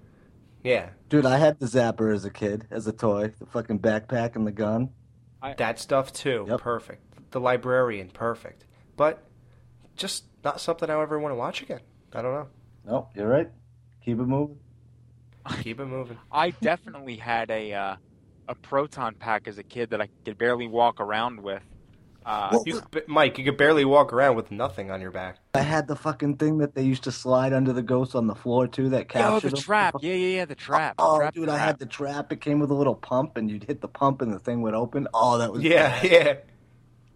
Speaker 4: Yeah,
Speaker 6: Dude, I had the zapper as a kid, as a toy, the fucking backpack and the gun.
Speaker 4: that stuff too.
Speaker 6: Yep.
Speaker 4: Perfect. The librarian, perfect. But just not something I ever want to watch again. I don't know.
Speaker 6: Nope, you're right. Keep it moving.
Speaker 4: Keep it moving.
Speaker 5: I definitely had a uh, a proton pack as a kid that I could barely walk around with. Uh,
Speaker 6: What
Speaker 5: you-
Speaker 6: was-
Speaker 4: But Mike, you could barely walk around with nothing on your back.
Speaker 6: I had the fucking thing that they used to slide under the ghost on the floor too. That captured.
Speaker 5: oh, the
Speaker 6: them.
Speaker 5: trap. Yeah, yeah, yeah, the trap.
Speaker 6: Oh,
Speaker 5: trap,
Speaker 6: dude, I
Speaker 5: trap.
Speaker 6: had the trap. It came with a little pump, and you'd hit the pump, and the thing would open. Oh, that was
Speaker 4: Yeah, yeah.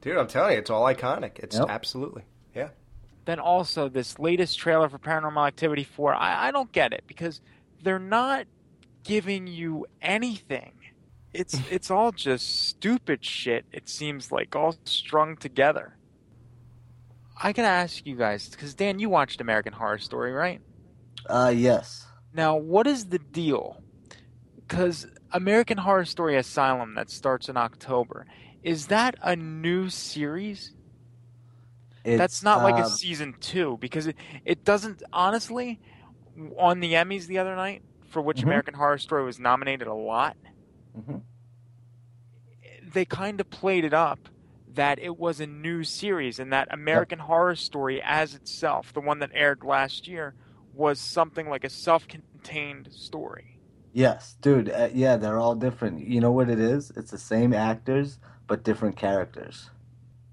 Speaker 4: Dude, I'm telling you, it's all iconic. It's
Speaker 6: Yep.
Speaker 4: absolutely. Yeah.
Speaker 5: then also this latest trailer for Paranormal Activity 4, I, I don't get it because they're not giving you anything. It's it's all just stupid shit. It seems like all strung together. I gotta ask you guys because Dan, you watched American Horror Story, right?
Speaker 6: Uh, yes.
Speaker 5: Now, what is the deal? Because American Horror Story Asylum that starts in October is that a new series?
Speaker 6: It's,
Speaker 5: That's not like
Speaker 6: uh,
Speaker 5: a season two because it, it doesn't honestly on the Emmys the other night for which
Speaker 6: Mhm.
Speaker 5: American Horror Story was nominated a lot.
Speaker 6: Mhm.
Speaker 5: They kind of played it up that it was a new series and that American Horror Story as itself, the one that aired last year, was something like a self-contained story.
Speaker 6: Yes, dude. Uh, yeah, they're all different. You know what it is? It's the same actors, but different characters.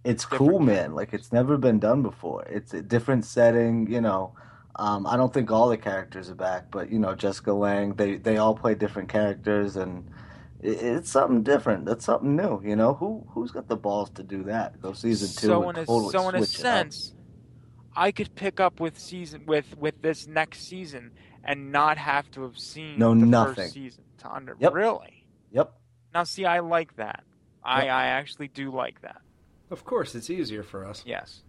Speaker 6: It's cool,
Speaker 5: Different
Speaker 6: man. Like it's never been done before. It's a different setting. You know, um, I don't think all the characters are back, but you know, Jessica Lang. They they all play different characters, and it, it's something different. That's something new. You know, who who's got the balls to do that? Go season two
Speaker 5: so
Speaker 6: and
Speaker 5: in a,
Speaker 6: totally
Speaker 5: so in a
Speaker 6: switch it up.
Speaker 5: sense i could pick up with season with with this next season and not have to have seen
Speaker 6: No,
Speaker 5: the
Speaker 6: nothing.
Speaker 5: first season to under
Speaker 6: Yep.
Speaker 5: really
Speaker 6: Yep.
Speaker 5: now see i like that i
Speaker 6: Yep.
Speaker 5: i actually do like that
Speaker 4: Of course, it's easier for us.
Speaker 5: yes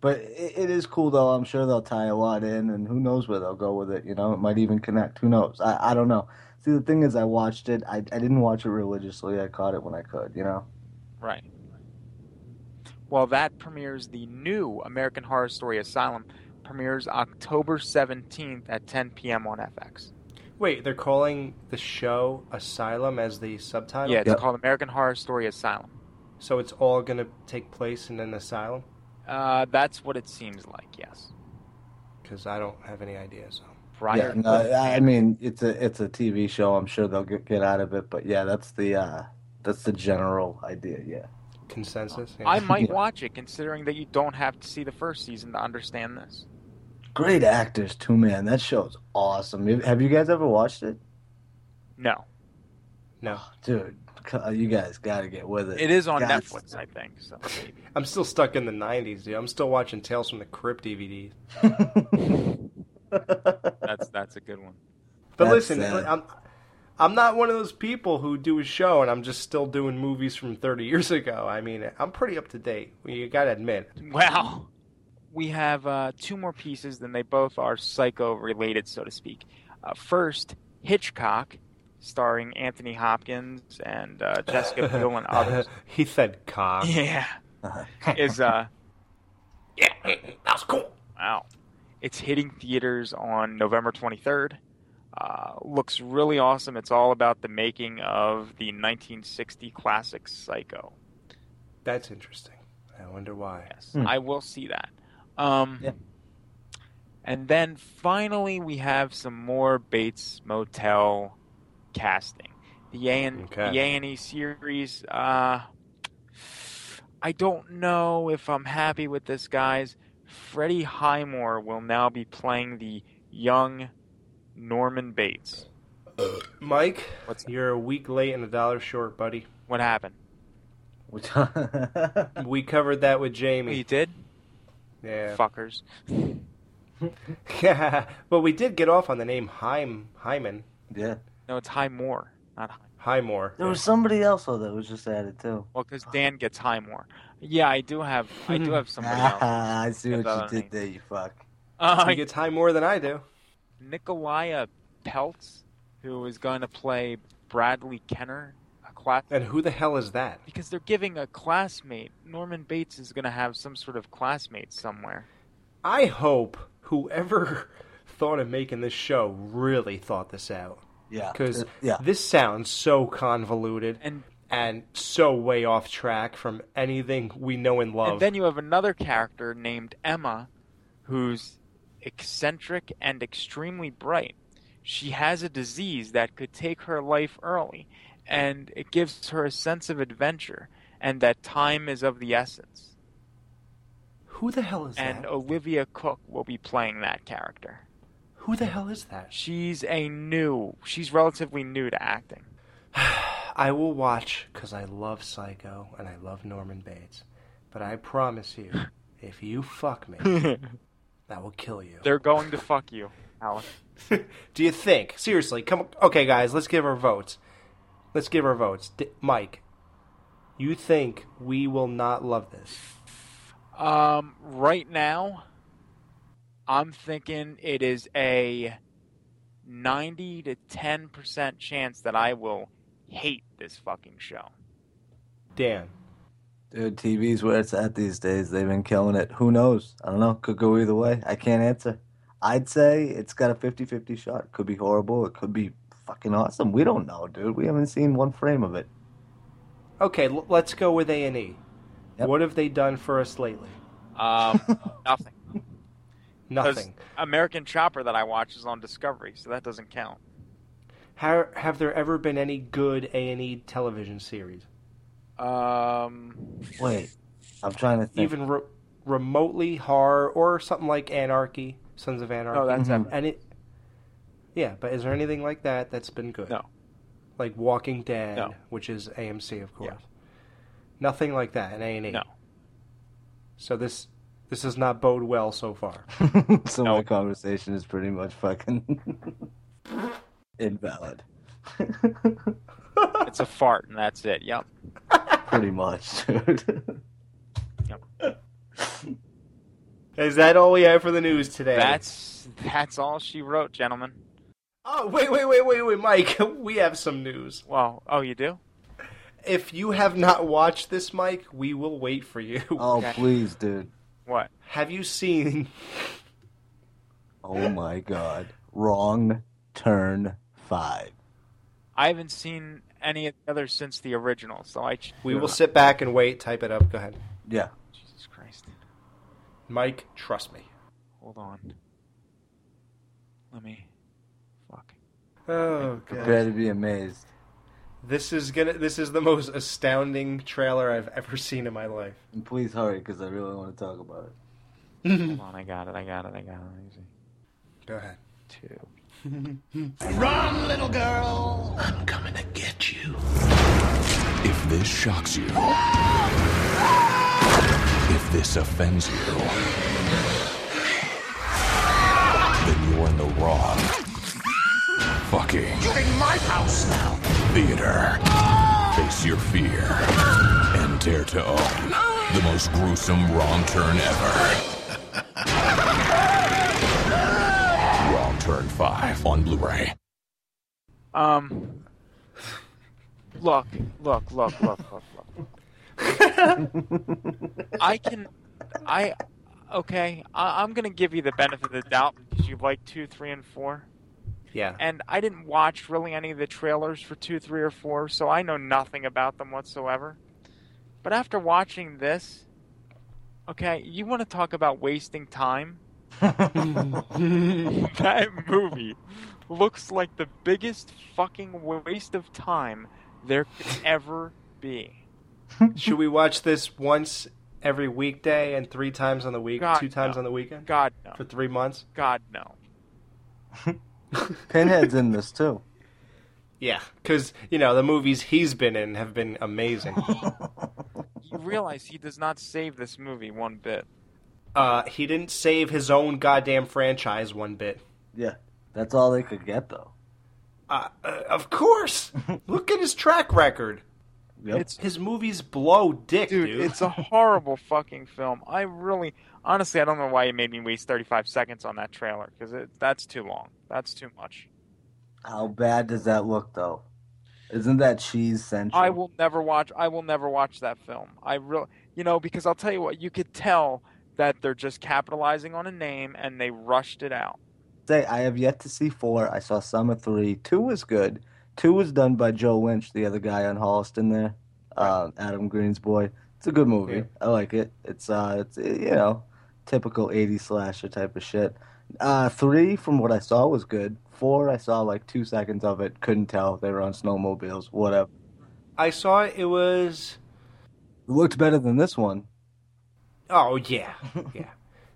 Speaker 6: But it, it is cool though. I'm sure they'll tie a lot in, and who knows where they'll go with it. You know, it might even connect. Who knows? I, I don't know. See, the thing is, I watched it. I, I didn't watch it religiously. I caught it when I could. You know.
Speaker 5: right well that premieres the new american horror story asylum premieres october 17th at 10 p.m on fx
Speaker 4: Wait, they're calling the show Asylum as the subtitle?
Speaker 5: yeah it's
Speaker 6: Yep.
Speaker 5: called american horror story asylum
Speaker 4: So it's all going to take place in an asylum?
Speaker 5: uh, that's what it seems like yes
Speaker 4: because I don't have any idea. So
Speaker 6: Yeah, no, I mean it's a it's a TV show. I'm sure they'll get, get out of it, but yeah, that's the uh, that's the general idea. Yeah,
Speaker 4: consensus.
Speaker 5: I might watch it, considering that you don't have to see the first season to understand this.
Speaker 6: Great actors too, man. That show's awesome. Have- Have you guys ever watched it?
Speaker 5: No.
Speaker 4: No.
Speaker 6: dude, c- uh, you guys got to get with it.
Speaker 5: It is on
Speaker 6: Gots-
Speaker 5: Netflix, I think. So maybe.
Speaker 4: I'm still stuck in the '90s, dude. I'm still watching Tales from the Crypt DVDs.
Speaker 5: that's that's a good one.
Speaker 4: But
Speaker 5: That's
Speaker 4: listen,
Speaker 5: sad.
Speaker 4: I'm I'm not one of those people who do a show and I'm just still doing movies from 30 years ago. I mean, I'm pretty up to date. You got to admit.
Speaker 5: Wow. We have uh, two more pieces, and they both are psycho related, so to speak. Uh, first, Hitchcock, starring Anthony Hopkins and uh, Jessica Biel and others.
Speaker 4: he said cock.
Speaker 5: Yeah. is uh yeah that's cool wow it's hitting theaters on november 23rd uh, looks really awesome it's all about the making of the 1960 classic psycho
Speaker 4: That's interesting. I wonder why.
Speaker 5: i will see that um and then finally we have some more bates motel casting the a and
Speaker 4: Okay.
Speaker 5: the a and e series uh I don't know if I'm happy with this, guys. Freddie Highmore will now be playing the young Norman Bates.
Speaker 4: Mike, you're a week late and a dollar short, buddy.
Speaker 5: What happened?
Speaker 4: we covered that with Jamie.
Speaker 5: You did?
Speaker 4: Yeah.
Speaker 5: Fuckers.
Speaker 4: but we did get off on the name Heim Hyman.
Speaker 6: Yeah.
Speaker 5: No, it's Highmore, not High.
Speaker 4: Highmore.
Speaker 6: There was somebody else though that was just added too.
Speaker 5: Well, because Dan gets Highmore. Yeah, I do have. I do have somebody else.
Speaker 6: I see
Speaker 5: That's
Speaker 6: what
Speaker 5: all
Speaker 6: you
Speaker 5: I-
Speaker 6: did there, you fuck.
Speaker 5: Uh,
Speaker 4: he gets high more than I do.
Speaker 5: Nikolaya Peltz, who is going to play Bradley Kenner, a class.
Speaker 4: And who the hell is that?
Speaker 5: Because they're giving a classmate. Norman Bates is going to have some sort of classmate somewhere.
Speaker 4: I hope whoever thought of making this show really thought this out.
Speaker 6: Yeah.
Speaker 4: Because
Speaker 6: Uh, yeah.
Speaker 4: this sounds so convoluted
Speaker 5: and
Speaker 4: and so way off track from anything we know and love.
Speaker 5: And then you have another character named Emma, who's eccentric and extremely bright. She has a disease that could take her life early, and it gives her a sense of adventure and that time is of the essence.
Speaker 4: who the hell is
Speaker 5: And
Speaker 4: that?
Speaker 5: Olivia Cook will be playing that character.
Speaker 4: Who the hell is that?
Speaker 5: She's a new, she's relatively new to acting.
Speaker 4: I will watch because I love Psycho and I love Norman Bates. But I promise you, if you fuck me, I will kill you.
Speaker 5: They're going to fuck you, Alex.
Speaker 4: Do you think? Seriously, come. Okay, guys, let's give our votes. Let's give our votes. D- Mike, you think we will not love this?
Speaker 5: Um, right now, I'm thinking it is a 90 to 10 percent chance that I will hate this fucking show.
Speaker 4: Dan.
Speaker 6: Dude, TV's where it's at these days. They've been killing it. Who knows? I don't know. Could go either way. I can't answer. I'd say it's got a 50 50 shot. Could be horrible. It could be fucking awesome. We don't know, dude. We haven't seen one frame of it.
Speaker 4: Okay, l- let's go with A and E. What have they done for us lately?
Speaker 5: Um, nothing. 'Cause
Speaker 4: Nothing.
Speaker 5: American Chopper that I watch is on Discovery, so that doesn't count.
Speaker 4: How, have there ever been any good A and E television series,
Speaker 5: Um,
Speaker 6: Wait. I'm trying to think.
Speaker 4: even re- remotely horror or something like Anarchy, Sons of Anarchy?
Speaker 5: No, that's Mhm.
Speaker 4: and it. Yeah, but is there anything like that that's been good?
Speaker 5: No.
Speaker 4: Like Walking Dead,
Speaker 5: No.
Speaker 4: which is AMC, of course. Nothing like that in A and E.
Speaker 5: No.
Speaker 4: So this this does not bode well so far.
Speaker 6: so my conversation is pretty much fucking invalid.
Speaker 5: it's a fart, and that's it. Yep.
Speaker 6: Pretty much, dude.
Speaker 4: Is that all we have for the news today?
Speaker 5: That's that's all she wrote, gentlemen.
Speaker 4: Oh, wait, wait, wait, wait, wait, Mike. We have some news.
Speaker 5: Well, oh, you do?
Speaker 4: If you have not watched this, Mike, we will wait for you.
Speaker 6: oh, please, dude.
Speaker 5: What?
Speaker 4: Have you seen
Speaker 6: Oh my god. Wrong turn five.
Speaker 5: I haven't seen any of the others since the original, so I. ch-
Speaker 4: We will sit back and wait. Type it up. Go ahead.
Speaker 6: Yeah.
Speaker 5: Jesus Christ.
Speaker 4: Mike, trust me.
Speaker 5: Hold on. Let me. Fuck.
Speaker 4: Oh,
Speaker 6: Prepare to be amazed.
Speaker 4: This is gonna. This is the most astounding trailer I've ever seen in my life.
Speaker 6: And please hurry, because I really want to talk about it.
Speaker 5: Hold on, I got it. I got it. I got it. Let me see.
Speaker 4: Go ahead.
Speaker 5: Two.
Speaker 10: Run, little girl! I'm coming to get you. If this shocks you, if this offends you, then you're in the wrong. Fucking. You're in my house now! Theater. Face your fear and dare to own the most gruesome wrong turn ever. wrong Turn 5 on Blu ray.
Speaker 5: Um. Look, look, look, look, look, look. I can, I, okay. I, I'm gonna give you the benefit of the doubt because you like two, three, and four,
Speaker 4: Yeah.
Speaker 5: and I didn't watch really any of the trailers for two, three, or four, so I know nothing about them whatsoever. But after watching this, okay, you want to talk about wasting time? that movie looks like the biggest fucking waste of time there could ever be.
Speaker 4: Should we watch this once every weekday and three times on the week,
Speaker 5: God,
Speaker 4: two times
Speaker 5: no.
Speaker 4: on the weekend
Speaker 5: God no.
Speaker 4: for three months?
Speaker 5: God no.
Speaker 6: Pinhead's in this too.
Speaker 4: Yeah, because you know the movies he's been in have been amazing.
Speaker 5: You realize he does not save this movie one bit.
Speaker 4: uh, he didn't save his own goddamn franchise one bit.
Speaker 6: Yeah, that's all they could get though.
Speaker 4: Uh, uh, of course. Look at his track record.
Speaker 6: Yep.
Speaker 5: It's
Speaker 4: His movies blow dick,
Speaker 5: dude,
Speaker 4: dude.
Speaker 5: it's a horrible fucking film. I really honestly I don't know why you made me waste 35 seconds on that trailer cuz that's too long. That's too much.
Speaker 6: How bad does that look though? Isn't that cheese central?
Speaker 5: I will never watch. I will never watch that film. I really, you know, because I'll tell you what, you could tell that they're just capitalizing on a name and they rushed it out.
Speaker 6: say I have yet to see four. I saw some of three. Two was good. Two was done by Joe Lynch, the other guy on Holliston there, um, Adam Green's boy. It's a good movie.
Speaker 4: Yeah.
Speaker 6: I like it. It's uh, it's uh, you know, typical '80s slasher type of shit. Uh, three, from what I saw, was good. Four, I saw like two seconds of it. Couldn't tell they were on snowmobiles. Whatever.
Speaker 4: I saw it. It was.
Speaker 6: It looked better than this one.
Speaker 4: Oh yeah, yeah.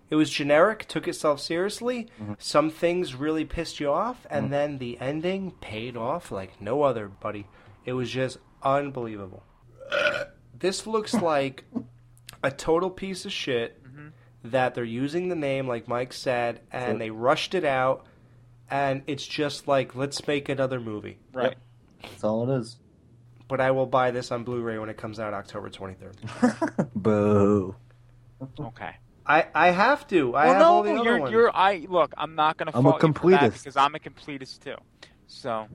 Speaker 4: It was generic. Took itself seriously. Some things really pissed you off, and then the ending paid off like no other, buddy. It was just unbelievable. this looks like a total piece of shit
Speaker 5: Mm-hmm.
Speaker 4: that they're using the name, like Mike said, and they rushed it out, and it's just like let's make another movie.
Speaker 5: Right.
Speaker 6: That's all it is.
Speaker 4: But I will buy this on Blu-ray when it comes out October twenty third.
Speaker 6: Boo.
Speaker 5: Okay.
Speaker 4: I I have to. I have all
Speaker 5: well,
Speaker 4: the
Speaker 5: no,
Speaker 4: other
Speaker 5: you're,
Speaker 4: ones.
Speaker 5: you're. I look. I'm not gonna.
Speaker 6: I'm a
Speaker 5: fault you for that
Speaker 6: completist.
Speaker 5: because I'm a completist too. So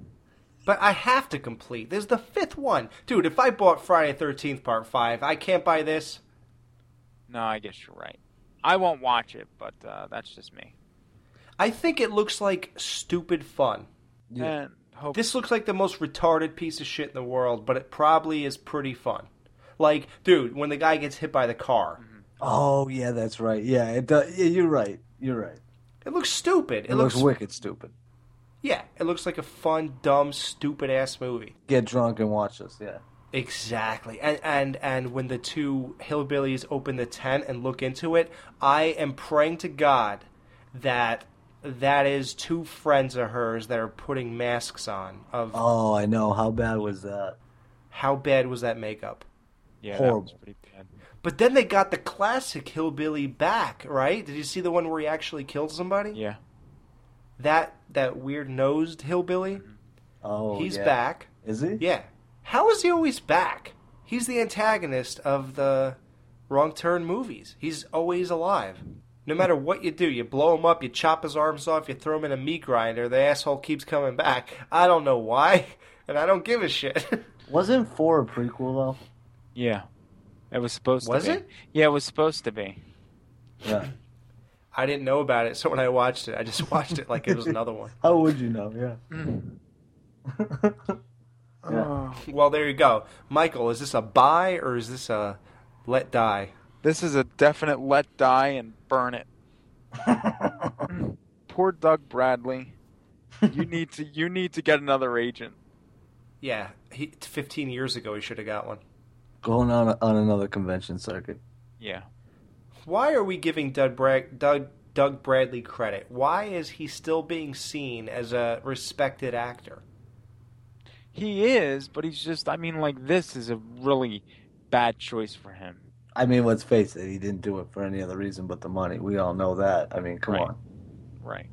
Speaker 4: But I have to complete. There's the fifth one. Dude, if I bought Friday 13th Part 5, I can't buy this.
Speaker 5: no, I guess you're right. I won't watch it, but uh, that's just me.
Speaker 4: I think it looks like stupid fun.
Speaker 6: Yeah.
Speaker 5: And hope
Speaker 4: This looks like the most retarded piece of shit in the world, but it probably is pretty fun. Like, dude, when the guy gets hit by the car,
Speaker 6: Oh yeah, that's right. Yeah, it does. Yeah, you're right. You're right.
Speaker 4: it looks stupid. It,
Speaker 6: It, looks,
Speaker 4: looks,
Speaker 6: wicked stupid.
Speaker 4: yeah, it looks like a fun, dumb, stupid ass movie.
Speaker 6: Get drunk and watch this. Yeah.
Speaker 4: Exactly. And and and when the two hillbillies open the tent and look into it, I am praying to God that that is two friends of hers that are putting masks on of
Speaker 6: Oh, I know. How bad was that?
Speaker 4: how bad was that makeup.
Speaker 5: yeah, that was
Speaker 6: horrible.
Speaker 5: pretty bad.
Speaker 4: But then they got the classic hillbilly back, right? Did you see the one where he actually killed somebody?
Speaker 5: Yeah.
Speaker 4: That that weird nosed hillbilly?
Speaker 6: Oh,
Speaker 4: He's
Speaker 6: yeah.
Speaker 4: back.
Speaker 6: Is he?
Speaker 4: Yeah. How is he always back? He's the antagonist of the Wrong Turn movies. He's always alive. No matter what you do, you blow him up, you chop his arms off, you throw him in a meat grinder, the asshole keeps coming back. I don't know why, and I don't give a shit.
Speaker 6: Wasn't four a prequel though?
Speaker 5: Yeah. It was supposed
Speaker 4: Was
Speaker 5: to be.
Speaker 4: it?
Speaker 5: Yeah, it was supposed to be.
Speaker 6: Yeah.
Speaker 4: I didn't know about it, so when I watched it, I just watched it like it was another one.
Speaker 6: How would you know? Yeah.
Speaker 5: Oh.
Speaker 4: Well, there you go. Michael, is this a buy or is this a let die?
Speaker 5: This is a definite let die and burn it. poor Doug Bradley. you need to you need to get another agent.
Speaker 4: Yeah, he, 15 years ago, he should have got one.
Speaker 6: Going on on another convention circuit.
Speaker 5: Yeah.
Speaker 4: Why are we giving Doug, Bra- Doug, Doug Bradley credit? Why is he still being seen as a respected actor?
Speaker 5: He is, but he's just I mean like this is a really bad choice for him.
Speaker 6: I mean, let's face it, he didn't do it for any other reason but the money. We all know that. I mean, come
Speaker 5: Right.
Speaker 6: on.
Speaker 5: Right.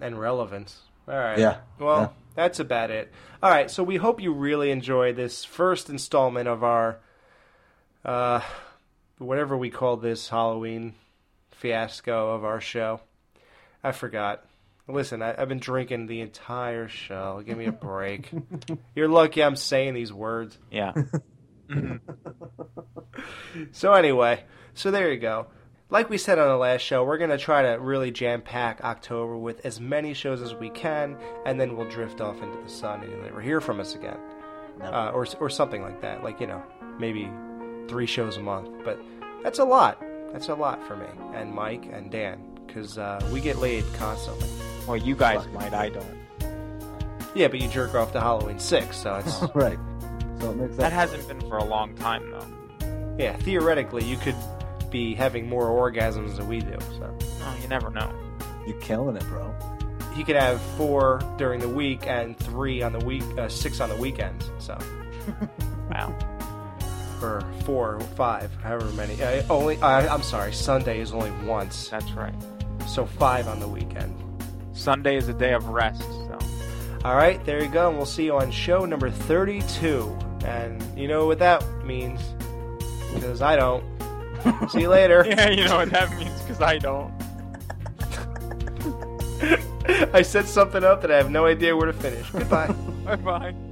Speaker 4: and relevance. All right.
Speaker 6: Yeah.
Speaker 4: Well,
Speaker 6: Yeah.
Speaker 4: that's about it. All right. So we hope you really enjoy this first installment of our, uh, whatever we call this Halloween fiasco of our show. I forgot. Listen, I, I've been drinking the entire show. Give me a break. You're lucky I'm saying these words.
Speaker 5: Yeah.
Speaker 4: So anyway, so there you go. Like we said on the last show, we're gonna try to really jam pack October with as many shows as we can, and then we'll drift off into the sun and you'll never hear from us again, uh, or or something like that. Like you know, maybe three shows a month, but that's a lot. That's a lot for me and Mike and Dan because uh, we get laid constantly.
Speaker 5: Well, you guys might, I don't.
Speaker 4: Yeah, but you jerk off to Halloween six, so it's
Speaker 6: right. So it makes
Speaker 5: That hasn't been for a long time though.
Speaker 4: yeah. Theoretically, you could be having more orgasms than we do. So.
Speaker 5: Oh, you never know.
Speaker 6: You're killing it, bro.
Speaker 4: he could have four during the week and three on the week, uh, six on the weekends. So,
Speaker 5: Wow.
Speaker 4: or four, or five, however many. Uh, only, uh, I'm sorry, Sunday is only once,
Speaker 5: That's right.
Speaker 4: so five on the weekend.
Speaker 5: Sunday is a day of rest, so
Speaker 4: All right, there you go, and we'll see you on show number 32. And you know what that means, because I don't. see you later.
Speaker 5: Yeah, you know what that means cuz I don't.
Speaker 4: I set something up that I have no idea where to finish. Goodbye.
Speaker 5: Bye-bye.